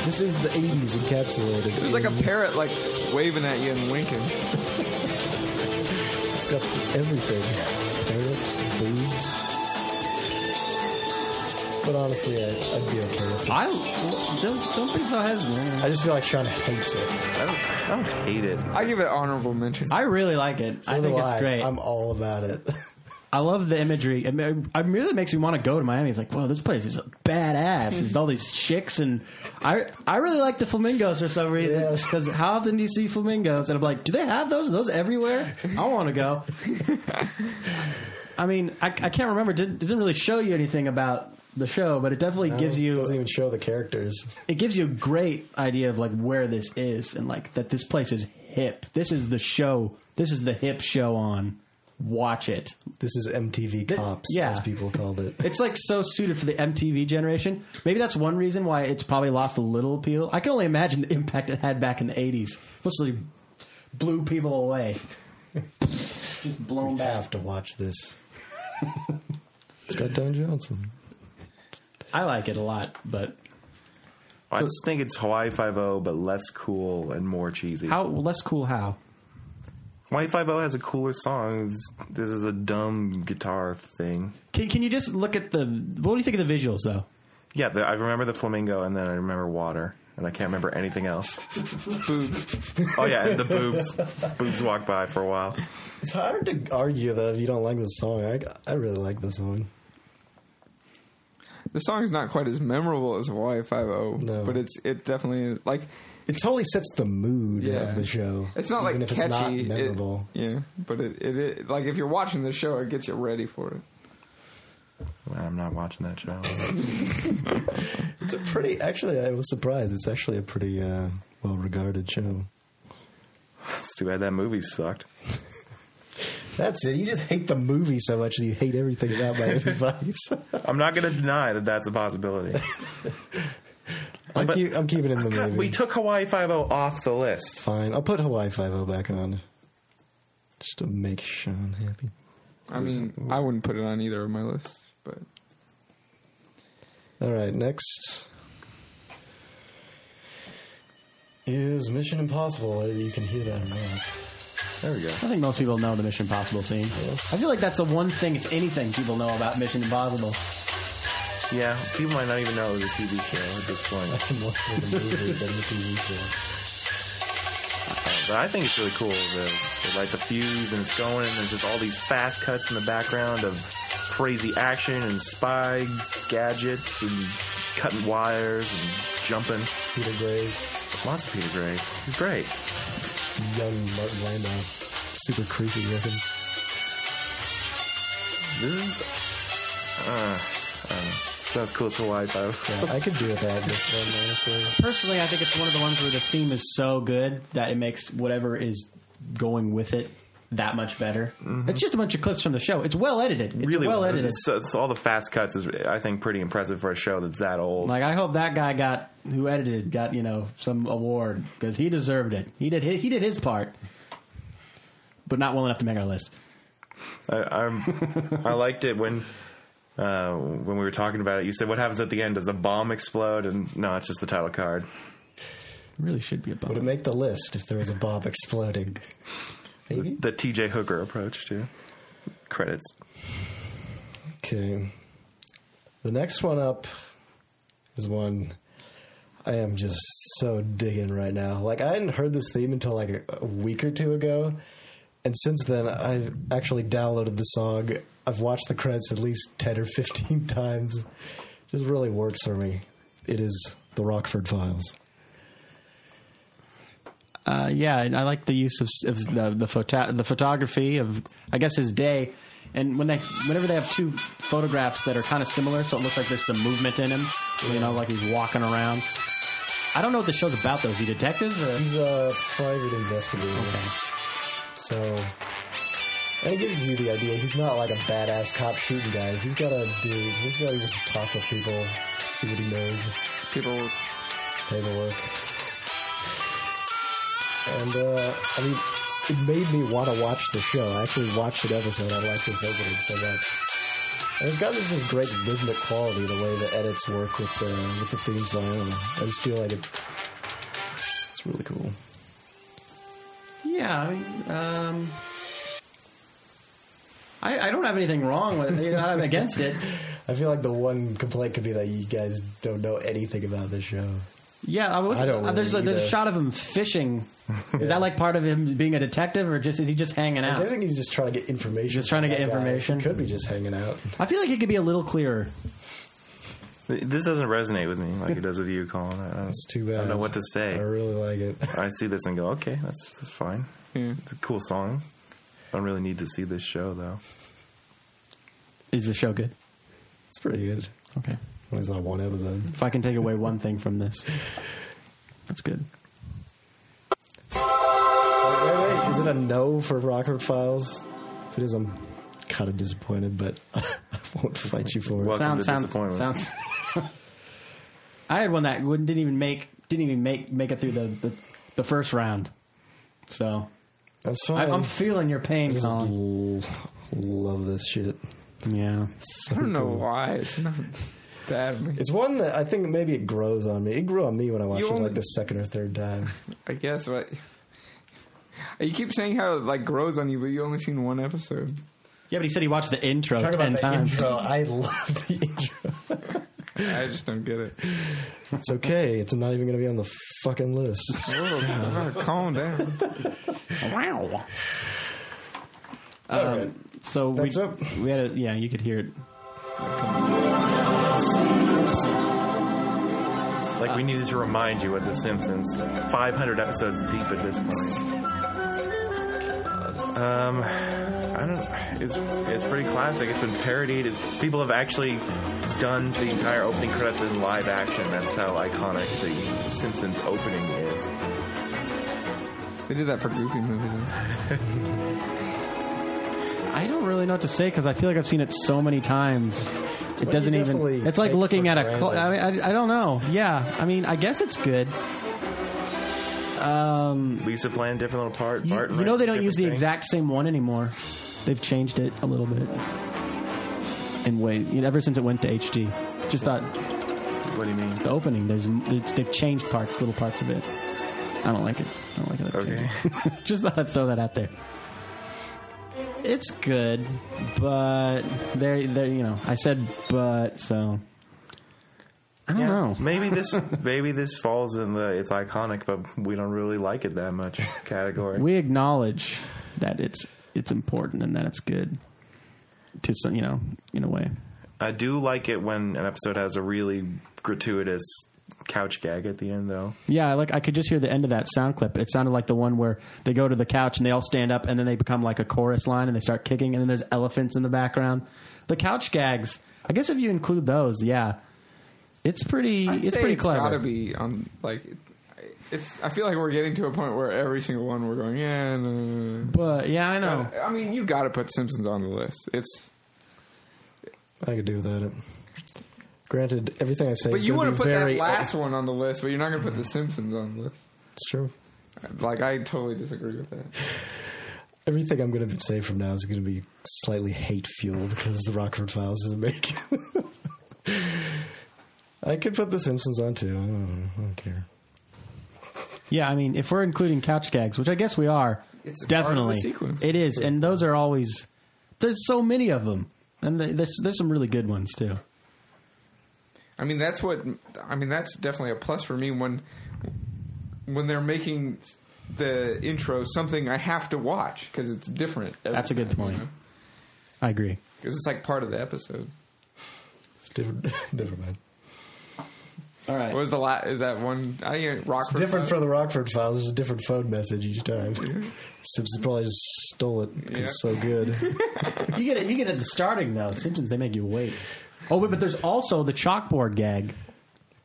this is the '80s encapsulated. There's like a in- parrot like waving at you and winking. It's got everything. Parrots, boobs. But honestly, I, I'd be okay with it. I don't, don't be so hesitant. I just feel like Sean hates it. I don't, I don't hate it. I give it honorable mention. I really like it. I So think do it's great. I'm all about it. I love the imagery. It, ma- it really makes me want to go to Miami. It's like, wow, this place is badass. There's all these chicks, and I I really like the flamingos for some reason. Yes. Because how often do you see flamingos? And I'm like, do they have those? Are those everywhere? I want to go. I mean, I, I can't remember. It didn't, it didn't really show you anything about the show, but it definitely gives you doesn't even show the characters. it gives you a great idea of like where this is and like that this place is hip. This is the show. This is the hip show on. Watch it. This is MTV Cops, yeah. as people called it. It's like so suited for the MTV generation. Maybe that's one reason why it's probably lost a little appeal. I can only imagine the impact it had back in the 80s. Mostly blew people away. Just blown I back. have to watch this. it's got Don Johnson. I like it a lot, but I just think it's Hawaii Five O, but less cool and more cheesy. how less cool how? Hawaii Five O has a cooler song. This- This is a dumb guitar thing. Can, can you just look at the what do you think of the visuals though? Yeah, the, I remember the flamingo, and then I remember water, and I can't remember anything else. Boobs. Oh yeah, and the boobs. boobs walk by for a while. It's hard to argue though if you don't like the song. I, I really like the song. The song's not quite as memorable as Hawaii Five O, No. but it's it definitely is- like It totally sets the mood Yeah. of the show. it's not even like if catchy. it's not It- memorable. yeah, but it, it it like if you're watching the show, it gets you ready for it. I'm not watching that show. It's a pretty. Actually, I was surprised. It's actually a pretty uh, well-regarded show. It's too bad that movie sucked. That's it. You just hate the movie so much that you hate everything about Miami Vice. I'm not going to deny that that's a possibility. I'm, But- keep, I'm keeping it in the God, movie. we took Hawaii Five O off the list. Fine. I'll put Hawaii Five O back on, just to make Sean happy. I mean, I wouldn't put it on either of my lists, but All right, next is Mission Impossible. Whether you can hear that or not. There we go. I think most people know the Mission Impossible theme. I feel like that's the one thing, if anything, people know about Mission Impossible. Yeah, people might not even know it was a TV show at this point. More for the movie than the TV Uh, But I think it's really cool. The, the like the fuse and it's going, and there's just all these fast cuts in the background of crazy action and spy gadgets and cutting wires and jumping. show. Peter Gray's Lots of Peter Gray. He's great. young Martin Landau, super creepy looking. This is. Uh, uh, sounds cool to Hawaii Five. Yeah, I could do without this one honestly. Personally, I think it's one of the ones where the theme is so good that it makes whatever is going with it that much better. It's just a bunch of clips from the show. It's well edited. It's Really Mm-hmm. well edited. It's, it's all the fast cuts is I think pretty impressive for a show that's that old. Like I hope that guy got who edited got you know some award because he deserved it. He did his, he did his part, but not well enough to make our list. I, I'm, I liked it when uh, when we were talking about it. You said, "What happens at the end? Does a bomb explode?" And no, it's just the title card. Really should be a Would it bummer. make the list if there was a Bob exploding? Maybe. The T.J. Hooker approach to credits. Okay. The next one up is one I am just so digging right now. Like I hadn't heard this theme until like a, a week or two ago, and since then I've actually downloaded the song. I've watched the credits at least ten or fifteen times. just really works for me. It is the Rockford Files. Uh, yeah, and I like the use of, of the the, photo- the photography of I guess his day, and when they whenever they have two photographs that are kind of similar, so it looks like there's some movement in him. You know, like he's walking around. I don't know what the show's about though. Is he detectives? Or? He's a private investigator. So, and it gives you the idea. He's not like a badass cop shooting guys. He's got a dude. He's got to just talk with people, see what he knows, people were paperwork. And uh, I mean, it made me want to watch the show. I actually watched an episode. I liked this opening so much. And it's got this, this great rhythmic quality the way the edits work with the with the theme song. I don't know. I just feel like it, it's really cool. Yeah, I mean, um, I, I don't have anything wrong with it. You know, I'm against it. I feel like the one complaint could be that you guys don't know anything about the show. Yeah, I, was, I don't uh, there's a, really there's a either. shot of him fishing. Is Yeah. that like part of him being a detective, or just is he just hanging I out? think he's just trying to get information. Just trying to from get that guy. information. He could be just hanging out. I feel like it could be a little clearer. Th- This doesn't resonate with me like it does with you, Colin. I don't, It's too I bad. don't know what to I say. really like it. I see this and go, "Okay, that's that's fine. yeah. It's a cool song." I don't really need to see this show though. Is the show good? It's pretty good. Okay, Only saw one episode. if I can take away one thing from this, that's good. Wait, wait, wait. Is it a no for Rockford Files? If it is, I'm kind of disappointed, but I won't fight you for it. Welcome to Sounds sounds disappointment. sounds. I had one that wouldn't- didn't even make didn't even make make it through the the, the first round. So That's I, fine. I'm feeling your I pain, just Colin. l- love this shit. Yeah. It's I so don't know cool. why it's not that. It's one that I think maybe it grows on me. It grew on me when I watched You it only- like the second or third time. I guess, but you keep saying how it like grows on you, but you only seen one episode. Yeah, but he said he watched the intro Talk about ten the times. intro. I love the intro. I just don't get it. It's okay. It's not even going to be on the fucking list. Oh, calm down. Wow. Um, All right. So That's we up. we had a yeah, you could hear it. Like we needed to remind you of The Simpsons, 500 episodes deep at this point. Um, I don't. It's it's pretty classic. It's been parodied. It's, people have actually done the entire opening credits in live action. That's how iconic the Simpsons opening is. They did that for Goofy movies. I don't really know what to say because I feel like I've seen it so many times. It what doesn't you even. definitely It's like take for looking at a. Cl- granted. I, mean, I, I don't know. Yeah, I mean, I guess it's good. Lisa playing a different little part. You, Bart you know they writing a don't use the different thing. exact same one anymore. They've changed it a little bit. And wait, you know, ever since it went to HD, just thought What do you mean? the opening. There's it's, they've changed parts, little parts of it. I don't like it. I don't like it. Okay. Just thought I'd throw that out there. It's good, but there, there. You know, I said but, so I don't know. Maybe this maybe this falls in the it's iconic, but we don't really like it that much category. We acknowledge that it's it's important and that it's good to some, you know, in a way. I do like it when an episode has a really gratuitous couch gag at the end, though. Yeah, I like I could just hear the end of that sound clip. It sounded like the one where they go to the couch and they all stand up and then they become like a chorus line and they start kicking and then there's elephants in the background. The couch gags. I guess if you include those, yeah. It's pretty I'd it's say pretty clever. Gotta be on like it's. I feel like we're getting to a point where every single one we're going. Yeah, no, no, no." But yeah, I know. I mean, you got to put Simpsons on the list. It's I could do without it. Granted, everything I say but is you going to want to put very uh, that last one on the list, but you're not going to put the Mm-hmm. Simpsons on the list. It's true. Like I totally disagree with that. Everything I'm going to say from now is going to be slightly hate fueled because the Rockford Files is making. I could put The Simpsons on too. I don't, I don't care. Yeah, I mean, if we're including couch gags, which I guess we are, It's part of the definitely sequence. it is, and those are always there's so many of them, and there- there's there's some really good ones too. I mean, that's what. I mean, that's definitely a plus for me when when they're making the intro something I have to watch because it's different. every That's a good time, you point. know? I agree. 'Cause it's like part of the episode. It's different. Never mind. All right, What was the la- Is that one? I hear It's Rockford. different Files? for the Rockford Files. There's a different phone message each time. Simpsons probably just stole it 'cause it's so good. you get it. You get it at the starting though. Simpsons they make you wait. Oh, but, but there's also the chalkboard gag.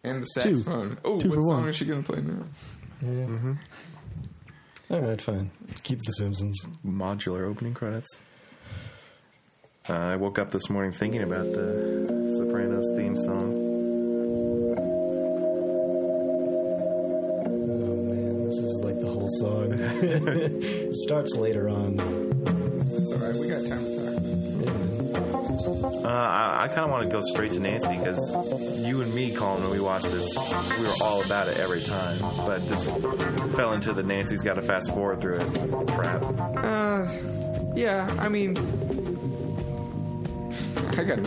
and the saxophone. Oh, Two what for song one. is she going to play now? All right, fine. Keep The Simpsons. Modular opening credits. Uh, I woke up this morning thinking about the Sopranos theme song. Oh man, this is like the whole song. it starts later on. It's all right. We got time to talk. Uh, I, I kind of want to go straight to Nancy because you and me, Colin, when we watched this, we were all about it every time, but just fell into the Nancy's got to fast forward through it crap. Uh, yeah, I mean, I got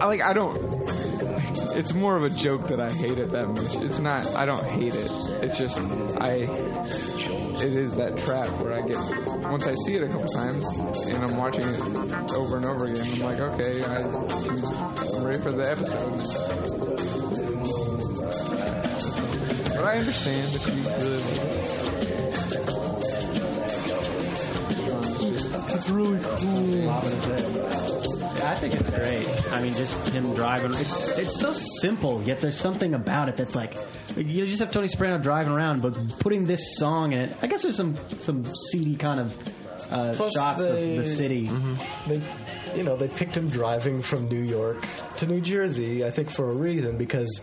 I like. I don't. It's more of a joke that I hate it that much. It's not. I don't hate it. It's just I. It is that trap where I get once I see it a couple times and I'm watching it over and over again. I'm like, okay, I, I'm ready for the episode. But I understand if you really I think it's great. I mean, just him driving. It's, it's so simple, yet there's something about it that's like you just have Tony Soprano driving around, but putting this song in it. I guess there's some some seedy kind of uh, Plus shots they- Mm-hmm. of the city. They, you know, they picked him driving from New York to New Jersey. I think for a reason because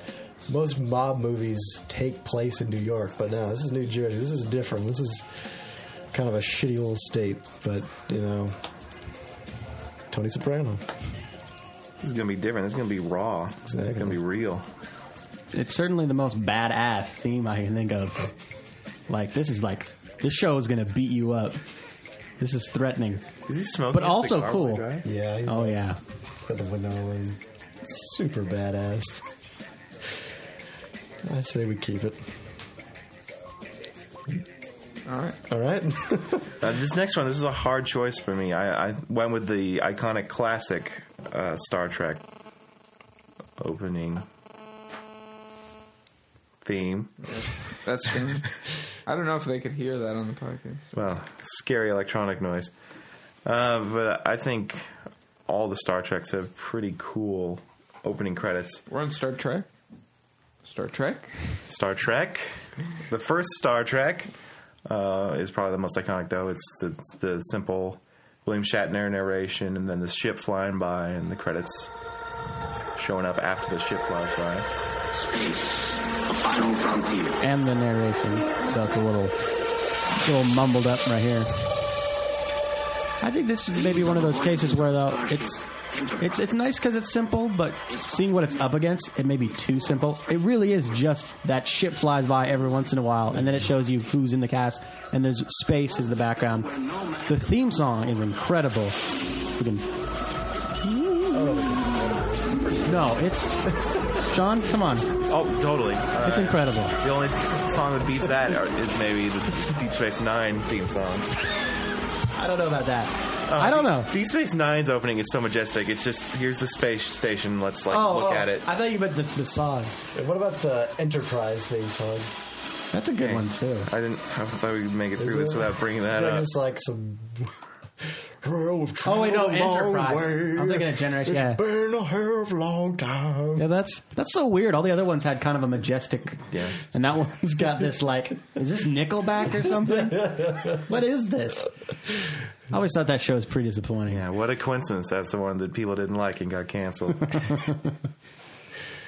most mob movies take place in New York, but no, this is New Jersey. This is different. This is kind of a shitty little state, but you know, Tony Soprano. This is going to be different. This is going to be raw. Exactly. It's going to be real. It's certainly the most badass theme I can think of. Like this is like this show is gonna beat you up. This is threatening, Is he smoking? but a also cigar while cool. he drives? Yeah, he's Oh yeah, got the window and super badass. I say we keep it. all right. All right. Uh, this next one, this is a hard choice for me. I, I went with the iconic classic uh, Star Trek opening theme. That's good. I don't know if they could hear that on the podcast. Well, scary electronic noise. Uh, but I think all the Star Treks have pretty cool opening credits. We're on Star Trek. Star Trek. Star Trek, the first Star Trek, uh, is probably the most iconic though. It's the, it's the simple William Shatner narration, and then the ship flying by, and the credits showing up after the ship flies by. Space, the final frontier. and the narration. That's a little, little mumbled up right here. I think this is maybe one of those cases where though it's it's it's nice because it's simple, but seeing what it's up against, it may be too simple. It really is just that ship flies by every once in a while, and then it shows you who's in the cast, and there's space is the background. The theme song is incredible. If we can- No, it's Sean. Come on, Oh, totally. Uh, it's incredible. the only song that beats that are- is maybe the Deep Space Nine theme song. I don't know about that. Oh, I don't know. Deep Space Nine's opening is so majestic. It's just here's the space station. Let's like look at it. Oh, I thought you meant the, the song. What about the Enterprise theme song? That's a good one too. I didn't. I thought we'd make it through it- this without bringing that Like, up. just like some. Oh, we've Oh, wait, no, traveled a long Enterprise. way. I'm thinking of Generation- It's yeah. been a hell of a long time. Yeah, that's that's so weird. All the other ones had kind of a majestic, Yeah. and that one's got this like, is this Nickelback or something? what is this? I always thought that show was pretty disappointing. yeah, what a coincidence. That's the one that people didn't like and got canceled.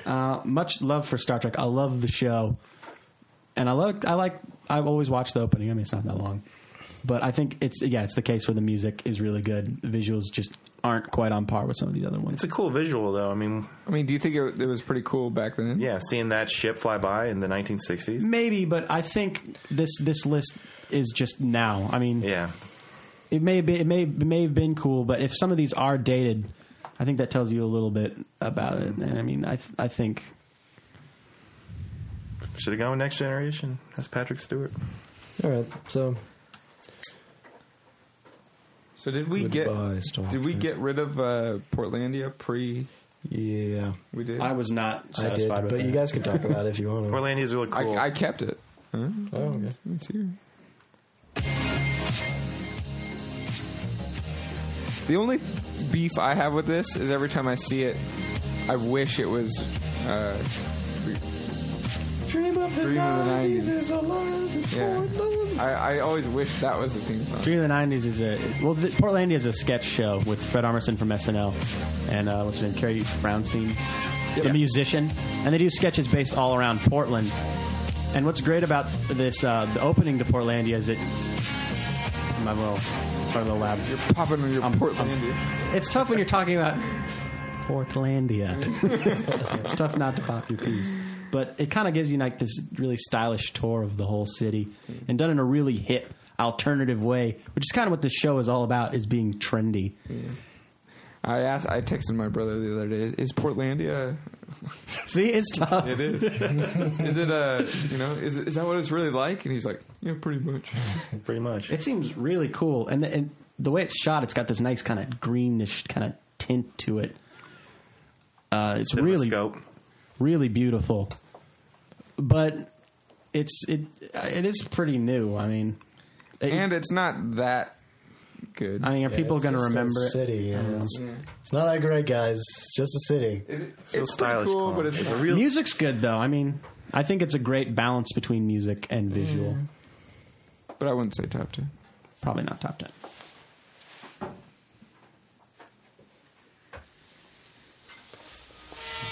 Uh, much love for Star Trek. I love the show, and I love I like I've always watched the opening. I mean, it's not that long, but I think it's yeah, it's the case where the music is really good. The visuals just aren't quite on par with some of these other ones. it's a cool visual, though. I mean, I mean, do you think it, it was pretty cool back then? yeah, seeing that ship fly by in the 1960s. Maybe, but I think this this list is just now. I mean, Yeah, it may be, it may it may have been cool, but if some of these are dated, I think that tells you a little bit about it. And I mean, I th- I think should have gone with Next Generation. That's Patrick Stewart. All right, so So did we get Goodbye, Star did we Trek. get rid of uh, Portlandia pre? yeah, We did. I was not I did. satisfied But with that. you guys can talk about it if you want to. Orlando's really cool. I, I kept it. Huh? Oh, okay. It's here. The only beef I have with this is every time I see it, I wish it was uh, Dream of the Dream of the 90s 90s. is alive. Yeah. I, I always wish that was the theme song. Dream of the '90s is a well. The, Portlandia is a sketch show with Fred Armisen from SNL and uh, what's her name, Carrie Brownstein, the musician, and they do sketches based all around Portland. And what's great about this, uh, the opening to Portlandia is it. My little, sorry, little lab. You're popping on your I'm- Portlandia. It's tough when you're talking about Portlandia. it's tough not to pop your peas. But it kind of gives you like this really stylish tour of the whole city and done in a really hip alternative way, which is kind of what this show is all about is being trendy. I asked. I texted my brother the other day. Is Portlandia? See, it's tough. It is. is it uh, You know, is it- is that what it's really like? And he's like, yeah, pretty much. Pretty much. It seems really cool, and the, and the way it's shot, it's got this nice kind of greenish kind of tint to it. Uh, it's really Cinemascope. really beautiful, but it's it it is pretty new. I mean, it- And it's not that good. I mean, are people going to remember a it? Mm-hmm. City. Yeah. It's, it's not that great, guys. It's just a city. It- it's real pretty cool, Colin. but it's, a real. Music's good though. I mean, I think it's a great balance between music and visual. But I wouldn't say top ten. Probably not top ten.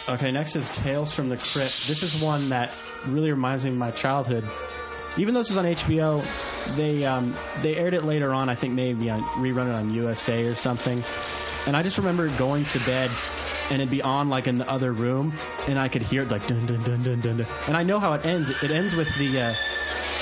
Okay, next is Tales from the Crypt. This is one that really reminds me of my childhood. Even though this was on HBO, they um, they aired it later on. I think maybe on, rerun it on USA or something. And I just remember going to bed, and it'd be on like in the other room, and I could hear it like dun dun dun dun dun. dun. And I know how it ends. It ends with the uh,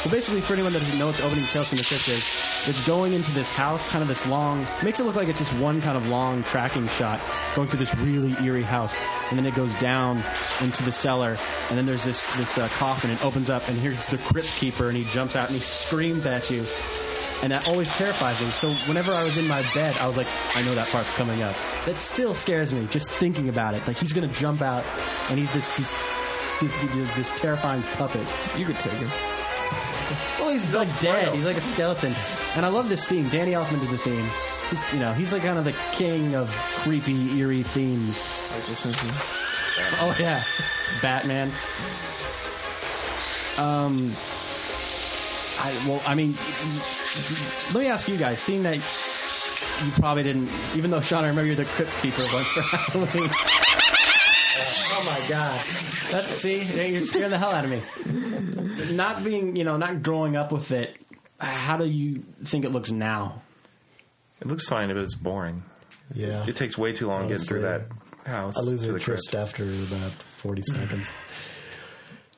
well, basically, for anyone that doesn't know what the opening Tales from the Crypt is, it's going into this house, kind of this long, makes it look like it's just one kind of long tracking shot, going through this really eerie house, and then it goes down into the cellar, and then there's this this uh, coffin, and it opens up, and here's the crypt keeper, and he jumps out and he screams at you, and that always terrifies me. So whenever I was in my bed, I was like, I know that part's coming up. That still scares me just thinking about it. Like he's gonna jump out, and he's this this this, this terrifying puppet. You could take him. Well, he's like dead. He's like a skeleton. And I love this theme. Danny Elfman did the theme. He's, you know, he's like kind of the king of creepy, eerie themes. I just sent him. Oh yeah, Batman. Um, I well, I mean, let me ask you guys. Seeing that you probably didn't. Even though Sean, I remember you're the crypt keeper once for Halloween. oh my god! That's see, you're scaring the hell out of me. Not being, you know, not growing up with it. How do you think it looks now? It looks fine, but it's boring. Yeah. It takes way too long getting through that Honestly, house. I lose to the interest crypt. after about 40 seconds.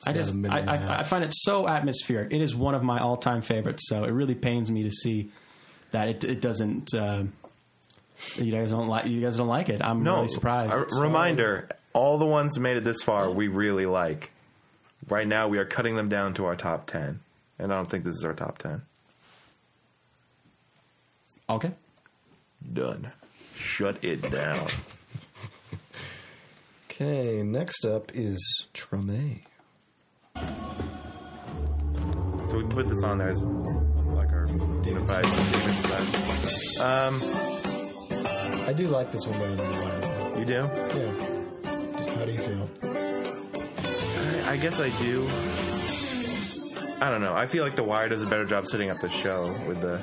I about just a minute I, and a half. I, I find it so atmospheric. It is one of my all time favorites. So it really pains me to see that it, it doesn't. Uh, you guys don't like you guys don't like it. I'm No, really surprised. a reminder: all the ones made it this far, we really like. Right now, we are cutting them down to our top ten, and I don't think this is our top ten. okay. Done. Shut it down. Okay, next up is Treme. So we put this on there as like our unified exercise. Um, I do like this one better than the one. before. you do? Yeah. Just How do you feel? I I guess I do. I don't know. I feel like The Wire does a better job setting up the show with the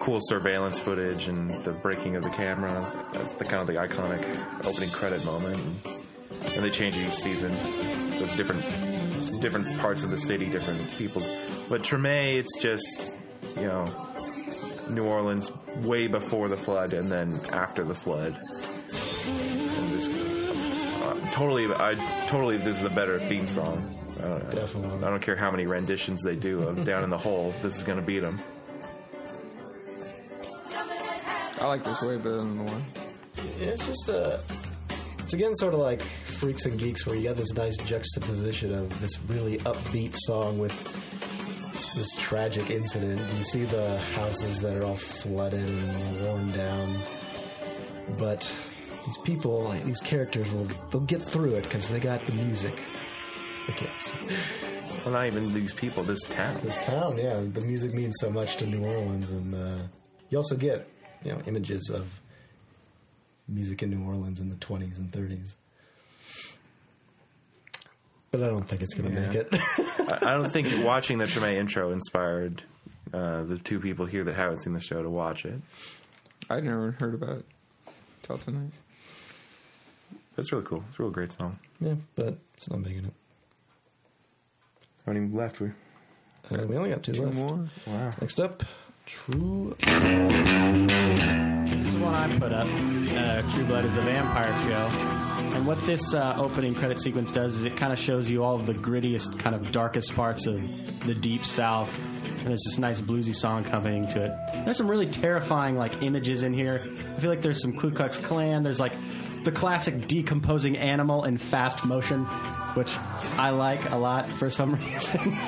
cool surveillance footage and the breaking of the camera. That's the kind of the iconic opening credit moment. And they change it each season. So it's different, different parts of the city, different people. But Treme, it's just you know New Orleans way before the flood and then after the flood. And this totally, I totally. This is the better theme song. I don't know. Definitely. I don't care how many renditions they do of "Down in the Hole." This is going to beat them. I like this way better than the one. Yeah, it's just uh It's again sort of like Freaks and Geeks, where you got this nice juxtaposition of this really upbeat song with this tragic incident. You see the houses that are all flooded and worn down, but these people, like, these characters, will they'll get through it because they got the music. The kids, Well, not even these people. This town. this town, yeah, the music means so much to New Orleans, and uh, you also get you know images of music in New Orleans in the twenties and thirties. But I don't think it's going to make it. I, I don't think watching the Treme intro inspired uh, the two people here that haven't seen the show to watch it. I never heard about it till tonight. It's really cool. It's a real great song. yeah, but it's not making it. How many left? We Uh, we only got two, Two left. more? Wow. Next up, True. This is one I put up. Uh, True Blood is a vampire show, and what this uh, opening credit sequence does is it kind of shows you all of the grittiest, kind of darkest parts of the Deep South. And there's this nice bluesy song accompanying to it. There's some really terrifying like images in here. I feel like there's some Ku Klux Klan. There's like the classic decomposing animal in fast motion, which I like a lot for some reason.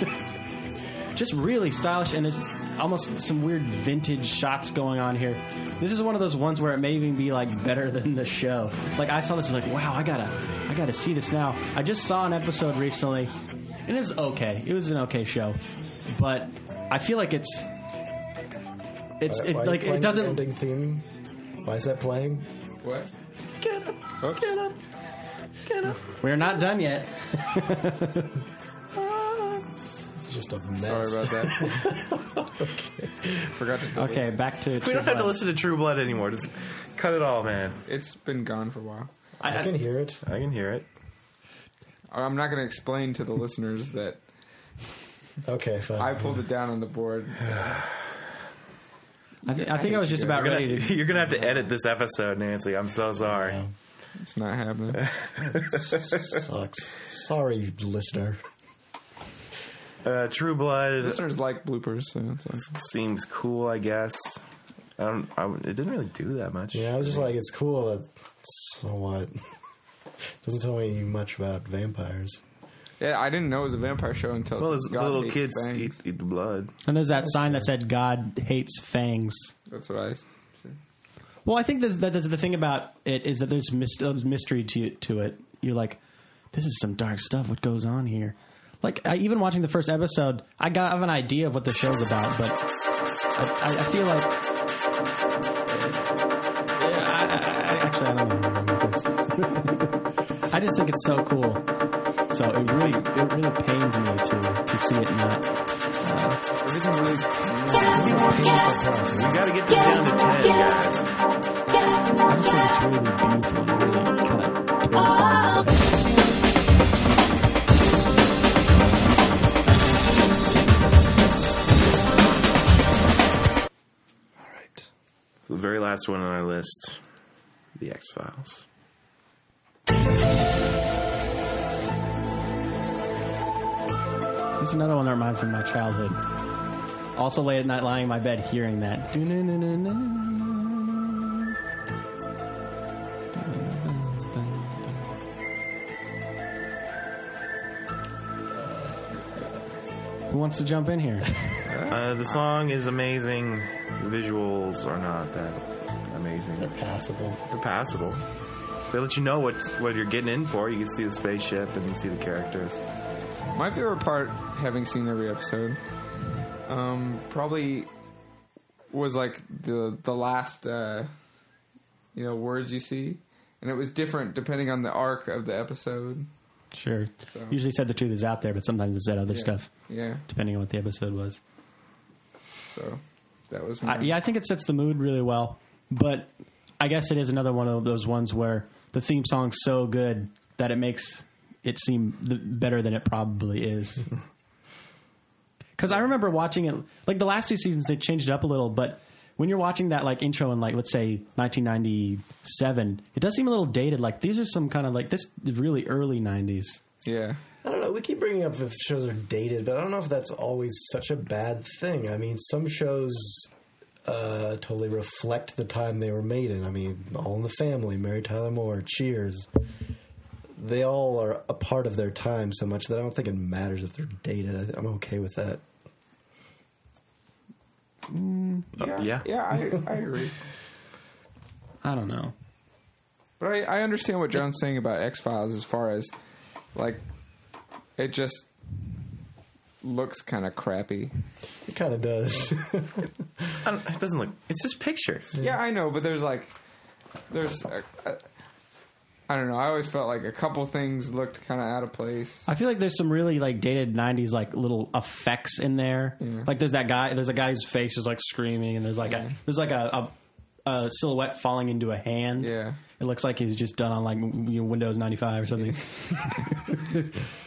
just really stylish and there's almost some weird vintage shots going on here this is one of those ones where it may even be like better than the show like i saw this like wow i gotta i gotta see this now i just saw an episode recently and it was okay it was an okay show but i feel like it's it's Why- it, why are you like playing it the doesn't ending theme. Why is that playing? What? get up Oops. get up get up we're not done yet It's just a mess. Sorry about that. Forgot to delete. okay back to don't have to listen to True Blood anymore. Just cut it all, man. It's been gone for a while. I can hear it. I can hear it. I'm not going to explain to the listeners that Okay, fine. I pulled it down on the board. I, thi- I think i was just about You're ready gonna, to you're gonna have to edit this episode, Nancy. I'm so sorry. Yeah. It's not happening. Sucks. Sorry, listener. Uh, True Blood listeners like bloopers, so it's like, seems cool, I guess. I don't. I, it didn't really do that much. Yeah, I was just like, it's cool, but so what? Doesn't tell me much about vampires. yeah, I didn't know it was a vampire show until Well, those God little hates kids bangs. eat, eat the blood. and there's that sign that said god hates fangs That's what I s- said. Well, I think that's, that, that's the thing about it is that there's mys- uh, mystery to to it. You're like, this is some dark stuff. What goes on here? Like, I, even watching the first episode, I got I have an idea of what the show's about, but I, I, I feel like. Yeah, I, I, I, actually, I don't know. I just think it's so cool. So it really, it really pains me to to see it not. uh, Everything really. We gotta get this down to ten, guys. I just think it's really beautiful. and Really kind of All right. So the very last one on our list, the X Files. There's another one that reminds me of my childhood. Also, late at night, lying in my bed, hearing that. Who wants to jump in here? Uh, the song is amazing. The visuals are not that amazing. They're Passable. passable. They let you know what what you're getting in for. You can see the spaceship and you see the characters. My favorite part, having seen every episode, um, probably was like the the last uh, you know words you see, and it was different depending on the arc of the episode. Sure. Usually said the truth is out there, but sometimes it said other Yeah. stuff, Yeah, depending on what the episode was. so that was my, I, yeah, I think it sets the mood really well. But I guess it is another one of those ones where the theme song's so good that it makes it seem th- better than it probably is. Because I remember watching it, like the last two seasons, they changed it up a little. But when you're watching that like intro in like let's say 1997, it does seem a little dated. Like these are some kind of like this is really early 90s. yeah. I don't know. We keep bringing up if shows are dated, but I don't know if that's always such a bad thing. I mean, some shows uh, totally reflect the time they were made in. I mean, All in the Family, Mary Tyler Moore, Cheers. They all are a part of their time so much that I don't think it matters if they're dated. I, I'm okay with that. Uh, yeah. yeah, I, I agree. I don't know. But I, I understand what John's saying about X Files as far as like it just looks kind of crappy. It kind of does. I don't, it doesn't look. It's just pictures. Yeah, I know, but there's like there's I I I don't know. I always felt like a couple things looked kind of out of place. I feel like there's some really like dated '90s like little effects in there. Like there's that guy. There's a guy's face is like screaming, and there's like a there's like a, a, a silhouette falling into a hand. Yeah. it looks like it's just done on like w- you know, Windows 95 or something.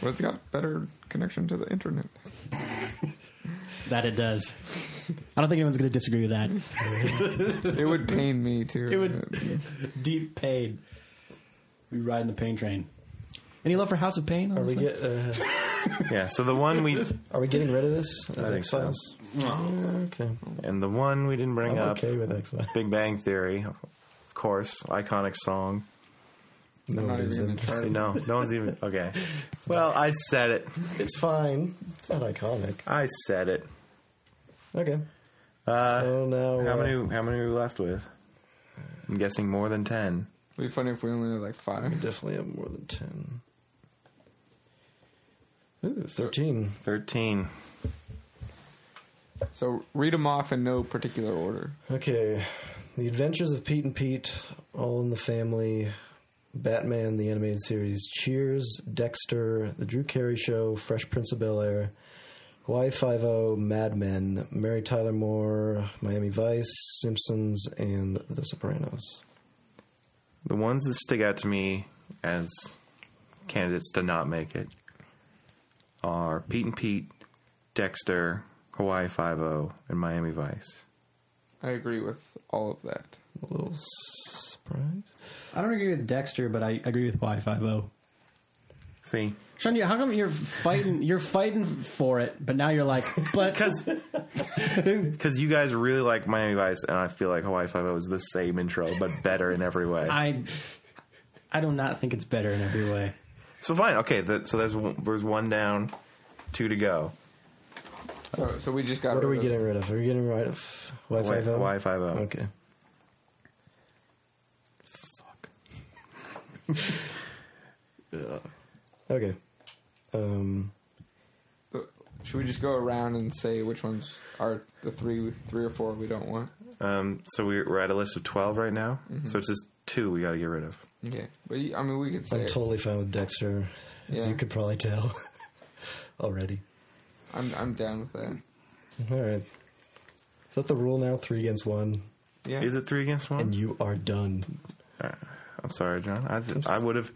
But it's got better connection to the internet. that it does. I don't think anyone's going to disagree with that. It would pain me uh, too. It would- Deep pain. We ride in the pain train. Any love for House of Pain? Are we get uh, Yeah. So the one we Are we getting rid of this? I think so. Okay, and the one we didn't bring I'm up, okay with X Files. Big Bang Theory, of course, iconic song. No, not it even gonna isn't. try. No, no one's even okay. Well, I said it. It's fine. It's not iconic. I said it. Okay. Uh, So now How uh, many? How many are we left with? I'm guessing more than ten. It'd be funny if we only had like five. Definitely have more than 10. Ooh, 13. Thirteen. So read them off in no particular order. Okay. The Adventures of Pete and Pete, All in the Family, Batman, the animated series, Cheers, Dexter, The Drew Carey Show, Fresh Prince of Bel Air, Hawaii Five O, Mad Men, Mary Tyler Moore, Miami Vice, Simpsons, and The Sopranos. The ones that stick out to me as candidates to not make it are Pete and Pete, Dexter, Hawaii Five O, and Miami Vice. I agree with all of that. A little surprise. I don't agree with Dexter, but I agree with oh. Y50. See, Shania, how come you're fighting? You're fighting for it, but now you're like, but because you guys really like Miami Vice, and I feel like Hawaii Five O is the same intro but better in every way. I, I do not think it's better in every way. so fine, okay. That, so there's one- there's one down, two to go. So so we just got. What are we rid of- getting rid of? Are we getting rid of Hawaii Hawaii Five O? Hawaii Five oh? O. Okay. Fuck. okay. Um, Should we just go around and say which ones are the three, three or four we don't want? Um, so we're, we're at a list of twelve right now. Mm-hmm. So it's just two we got to get rid of. Okay, but you- I mean we could say I'm totally fine with Dexter. as Yeah. you could probably tell already. I'm I'm down with that. All right. Is that the rule now? Three against one, Yeah. Is it three against one? and you are done. I'm sorry, John. I, I would have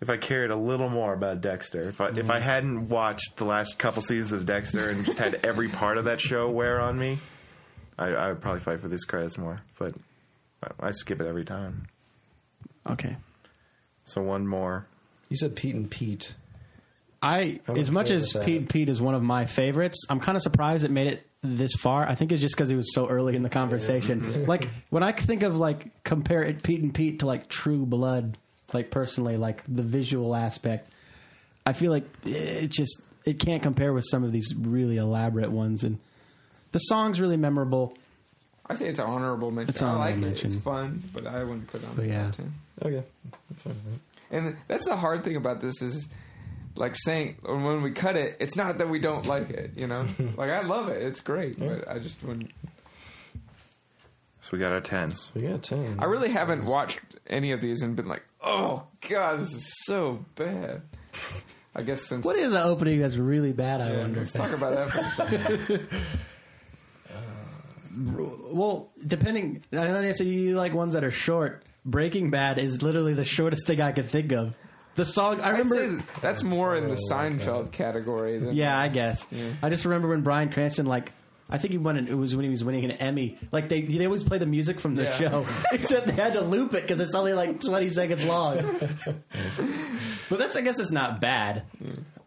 if I cared a little more about Dexter. If I Mm-hmm. if I hadn't watched the last couple seasons of Dexter and just had every part of that show wear on me, I, I would probably fight for these credits more. But I, I skip it every time. Okay. So one more. You said Pete and Pete. I, I'm as much okay as with that. Pete and Pete is one of my favorites, I'm kind of surprised it made it this far. I think it's just because it was so early in the conversation. like when I think of like compare it Pete and Pete to like True Blood, like personally, like the visual aspect, I feel like it just it can't compare with some of these really elaborate ones. And the song's really memorable. I say it's an honorable mention. It's I honorable like It. mention. It's fun, but I wouldn't put it on But the yeah. top ten. Okay, that's fine. with And that's the hard thing about this is like saying when we cut it, it's not that we don't like it, you know? like I love it. It's great, but I just wouldn't So we got our tens. that. We got ten. I really haven't watched any of these and been like, "Oh god, this is so bad." I guess since What is an opening that's really bad? I Yeah, wonder. let's talk about that for a second. Well, depending, I know Nancy, you like ones that are short. Breaking Bad is literally the shortest thing I could think of. The song I I'd remember. say that's more in the Seinfeld category than Yeah, I guess. Yeah. I just remember when Brian Cranston, like, I think he won. An, it was when he was winning an Emmy. Like they, they always play the music from the Yeah. show, except they had to loop it because it's only like twenty seconds long. but that's, I guess, it's not bad.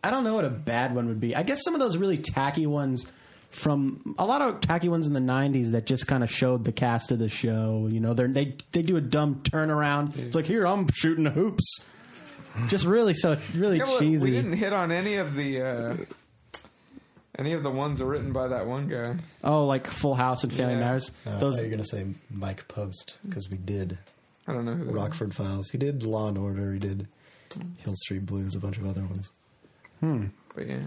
I don't know what a bad one would be. I guess some of those really tacky ones from a lot of tacky ones in the '90s that just kind of showed the cast of the show. You know, they're, they they do a dumb turnaround. It's like here I'm shooting hoops. Just really so really Yeah, well, cheesy. We didn't hit on any of the uh, any of the ones written by that one guy. Oh, like Full House and Family Yeah. Matters. Uh, Those. you're gonna say Mike Post because we did I don't know who. that is. Rockford Files. He did Law and Order. He did Hill Street Blues. A bunch of other ones. But yeah,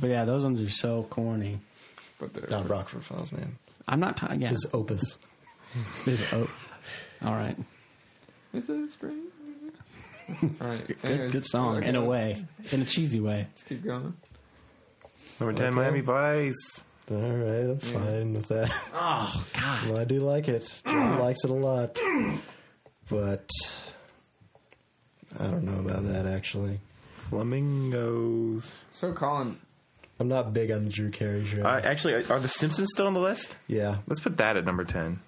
But yeah, those ones are so corny. but they're- Not Rockford Files, man. I'm not talking. Yeah. It's his opus. There's- oh. All right. Is it spring? All right. Good, anyways, good song okay, in a let's- way, in a cheesy way. Let's keep going. Number ten, Miami Vice. All right, I'm fine with that. Oh God. Well, I do like it. John likes it a lot, but I don't know about that actually. Flamingos. So Colin, I'm not big on the Drew Carey show. Uh, actually, are the Simpsons still on the list? yeah, Let's put that at number ten.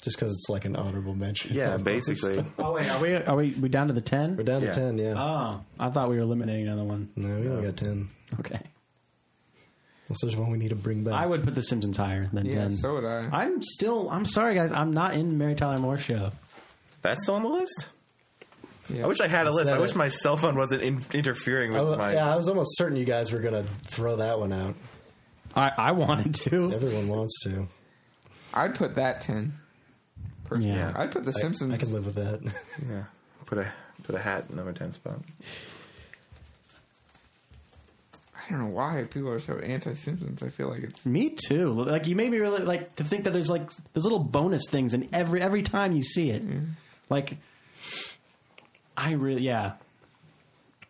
just because it's like an honorable mention. Yeah, basically. Oh wait, are we are we we down to the We're ten? down Yeah. to ten. Yeah. Oh, I thought we were eliminating another one. no, we only got ten. Okay. This is one we need to bring back. I would put The Simpsons higher than yeah, ten. so would I. I'm still. I'm sorry, guys. I'm not in Mary Tyler Moore show. That's still on the list. Yeah. I wish I had a list. that I wish it? my cell phone wasn't in- interfering I with wa- my. yeah, I was almost certain you guys were gonna throw that one out. I I wanted to. Everyone wants to. I'd put that ten. Personally. Yeah. I'd put The Simpsons. I can live with that. Yeah. Put a put a hat in number ten spot. I don't know why people are so anti-Simpsons. I feel like it's Me too. Like you made me really like to think that there's like there's little bonus things in every every time you see it. Mm-hmm. Like I really yeah.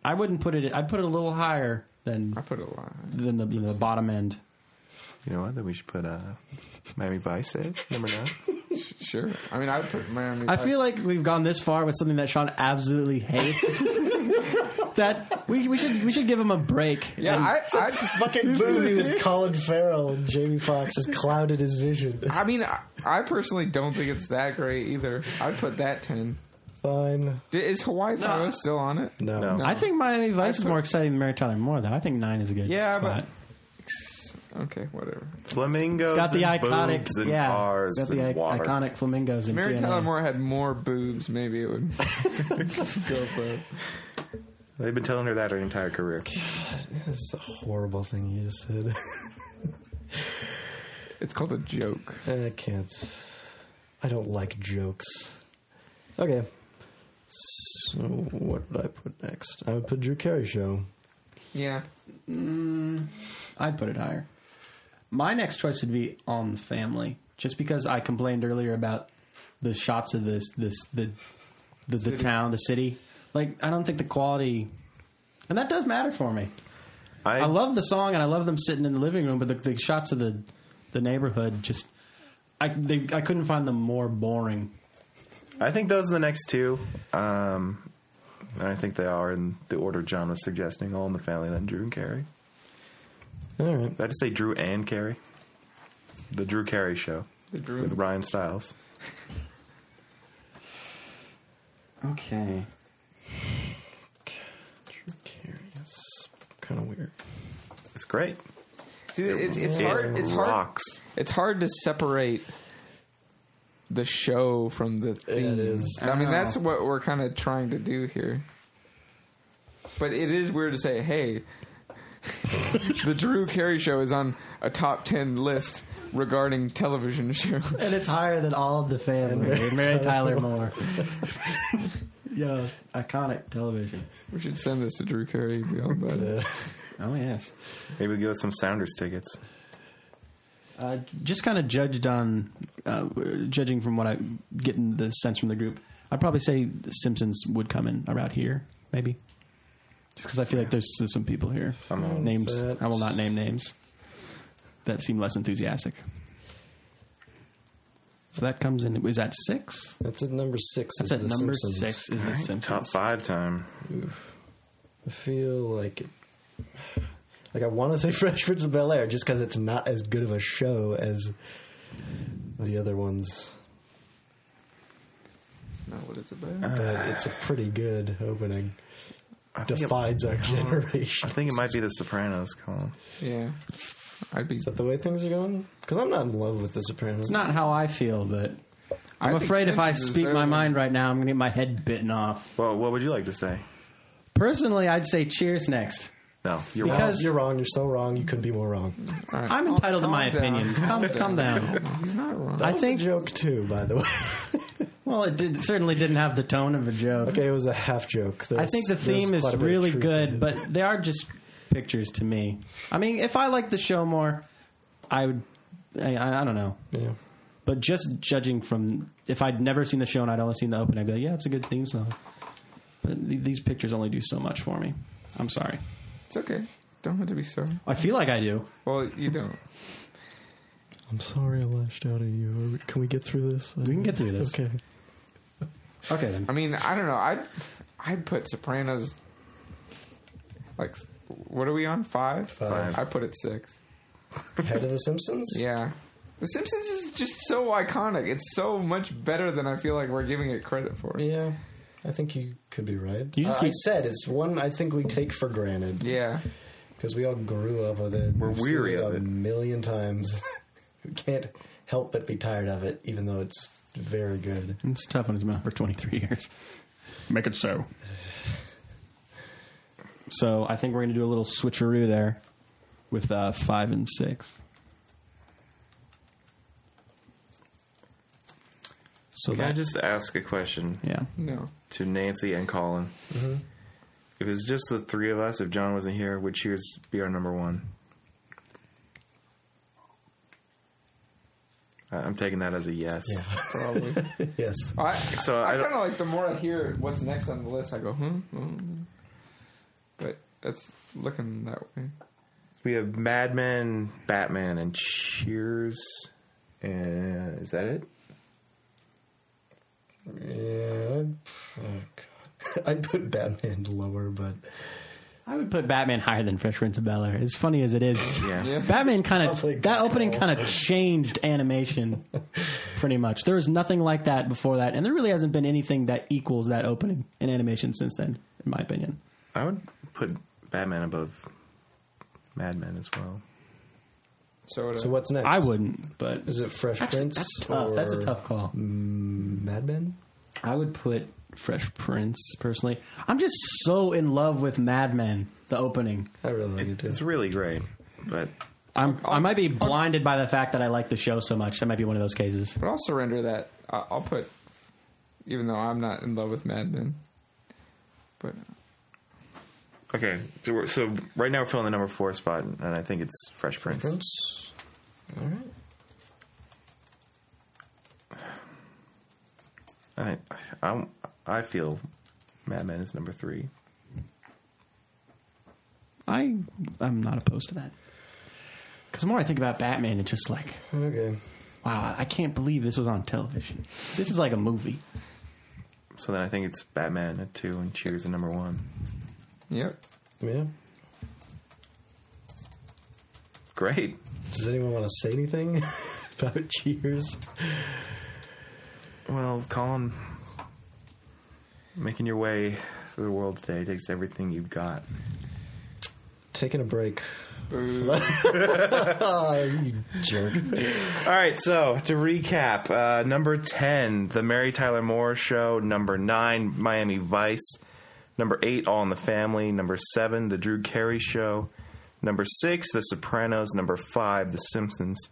I wouldn't put it I'd put it a little higher than I put a lot. than the you know, the bottom end. You know what? Then we should put uh, Miami Vice at number nine. Sure. I mean, I would put Miami. I feel like we've gone this far with something that Sean absolutely hates. that we, we should we should give him a break. Yeah, And- I, I, Fucking movie with Colin Farrell and Jamie Foxx has clouded his vision. I mean, I, I personally don't think it's that great either. I'd put that ten. Fine. D- Is Hawaii Five O still on it? No. No. I think Miami Vice is put- more exciting than Mary Tyler Moore, though. I think nine is a good. Yeah, spot. Okay, whatever. Flamingos. it's got the and iconic, boobs and yeah, cars it's got the and i- water. iconic flamingos and Mary DNA. Tyler Moore had more boobs. Maybe it would go for. They've been telling her that her entire career. That's a horrible thing you just said. It's called a joke. I can't. I don't like jokes. Okay. So what would I put next? I would put Drew Carey show. Yeah. I'd put it higher. My next choice would be on the family, just because I complained earlier about the shots of this this the the, the town, the city. Like I don't think the quality, and that does matter for me. I, I love the song and I love them sitting in the living room, but the, the shots of the the neighborhood just I they, I couldn't find them more boring. I think those are the next two. Um, and I think they are in the order John was suggesting. All in the Family, then Drew and Carrie. All right. Did I just say Drew and Carrie? The Drew Carey Show The Drew. with Ryan Stiles. Okay, Kind of weird. It's great. See, it's, it's it hard. It's hard. rocks. It's hard to separate the show from the theme. is. I mean, that's what we're kind of trying to do here. But it is weird to say, hey, the Drew Carey show is on a top ten list regarding television shows. and it's higher than all of the family. Mary Tyler Moore. yeah, iconic television. We should send this to Drew Carey. Be all about it. Oh yes. Maybe we give us some Sounders tickets. Uh, just kind of judged on, uh, judging from what I getting the sense from the group, I'd probably say the Simpsons would come in about here, maybe. Just because I feel like there's, there's some people here. names. upset. I will not name names that seem less enthusiastic. So that comes in. Is that six? That's at number six. That's is at The number Simpsons. six. Is the Top Simpsons? five time. I feel like it. Like I want to say Fresh Prince of Bel Air just because it's not as good of a show as the other ones, That's not what it's about. but it's a pretty good opening. I think, it, Defines our generation. I think it might be The Sopranos. Come on. Yeah, I'd be. Is that the way things are going? Because I'm not in love with The Sopranos. It's not how I feel, but I I'm think afraid if I Simpsons is speak better my than- mind right now, I'm going to get my head bitten off. Well, what would you like to say? Personally, I'd say Cheers next. No, you're Because- wrong. You're wrong. You're so wrong. You couldn't be more wrong. all right. I'm entitled to my Calm down. opinions. Calm, calm down. He's not wrong. I That was think. a joke too, by the way. Well, it did, certainly didn't have the tone of a joke. okay, it was a half joke. I There's- think the there's theme quite is a bit of really truth in good, it. but they are just pictures to me. I mean, if I liked the show more, I would. I, I I don't know. yeah. But just judging from if I'd never seen the show and I'd only seen the open, I'd be like, yeah, it's a good theme song. But th- these pictures only do so much for me. I'm sorry. It's okay. Don't have to be sorry. I feel like I do. Well, you don't. I'm sorry I lashed out at you. Are we- Can we get through this? We can get through this. Okay. Okay then. I mean, I don't know. I'd I'd put Sopranos. Like, what are we on five? Five. I put it six. Head of the Simpsons. Yeah. The Simpsons is just so iconic. It's so much better than I feel like we're giving it credit for. Yeah, I think you could be right. You I- just I keep- said it's one I think we take for granted Yeah. because we all grew up with it. We're We've seen weary of a it. million times. we can't help but be tired of it, even though it's very good. It's tough when it's been out for 23 years. Make it so. So I think we're going to do a little switcheroo there with uh, five and six. So Can I that just ask a question yeah. No. to Nancy and Colin? If it's just the three of us, if John wasn't here, would Cheers be our number one? I- I'm taking that as a yes. Yeah. Probably. Yes. I, So I I, don't- kind of like the more I hear what's next on the list, I go, hmm. hmm. But it's looking that way. We have Mad Men, Batman, and Cheers. And is that it? Yeah. I'd- Oh god. I'd put Batman lower, but I would put Batman higher than Fresh Prince of Bel Air. As funny as it is, Yeah. Yeah. Batman kind of Probably that good opening call. kind of changed animation pretty much. There was nothing like that before that, and there really hasn't been anything that equals that opening in animation since then, in my opinion. I would put Batman above Mad Men as well. So, so what's next? I wouldn't, but Is it Fresh Actually, Prince? that's tough. That's a or tough call. Mad Men. I would put Fresh Prince personally. I'm just so in love with Mad Men, the opening. I really like it too. It's really great, but I'm, I might be blinded by the fact that I like the show so much. That might be one of those cases. But I'll surrender that. I- I'll put, even though I'm not in love with Mad Men. But okay. So, we're, so right now we're filling the number four spot, and I think it's Fresh Prince. Prince. All right. I, I I feel Mad Men is number three. I I'm not opposed to that. Because the more I think about Batman, it's just like, Okay. wow, I can't believe this was on television. This is like a movie. So then I think it's Batman at two and Cheers at number one. Yep. Yeah. Great. Does anyone want to say anything about Cheers? Well, Colin, making your way through the world today takes everything you've got. Taking a break. Ah, you jerk. All right, so to recap, uh, number 10, The Mary Tyler Moore Show. Number 9, Miami Vice. Number 8, All in the Family. Number 7, The Drew Carey Show. Number 6, The Sopranos. Number 5, The Simpsons.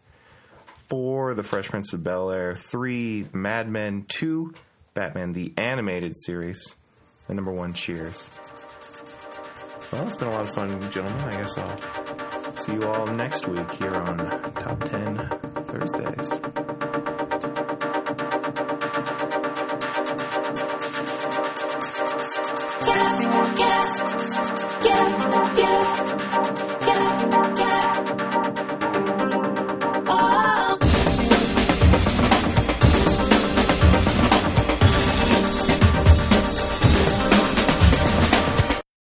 4, The Fresh Prince of Bel Air. 3, Mad Men. 2, Batman the Animated Series. And number 1, Cheers. Well, it's been a lot of fun, gentlemen. I guess I'll see you all next week here on Top 10 Thursdays.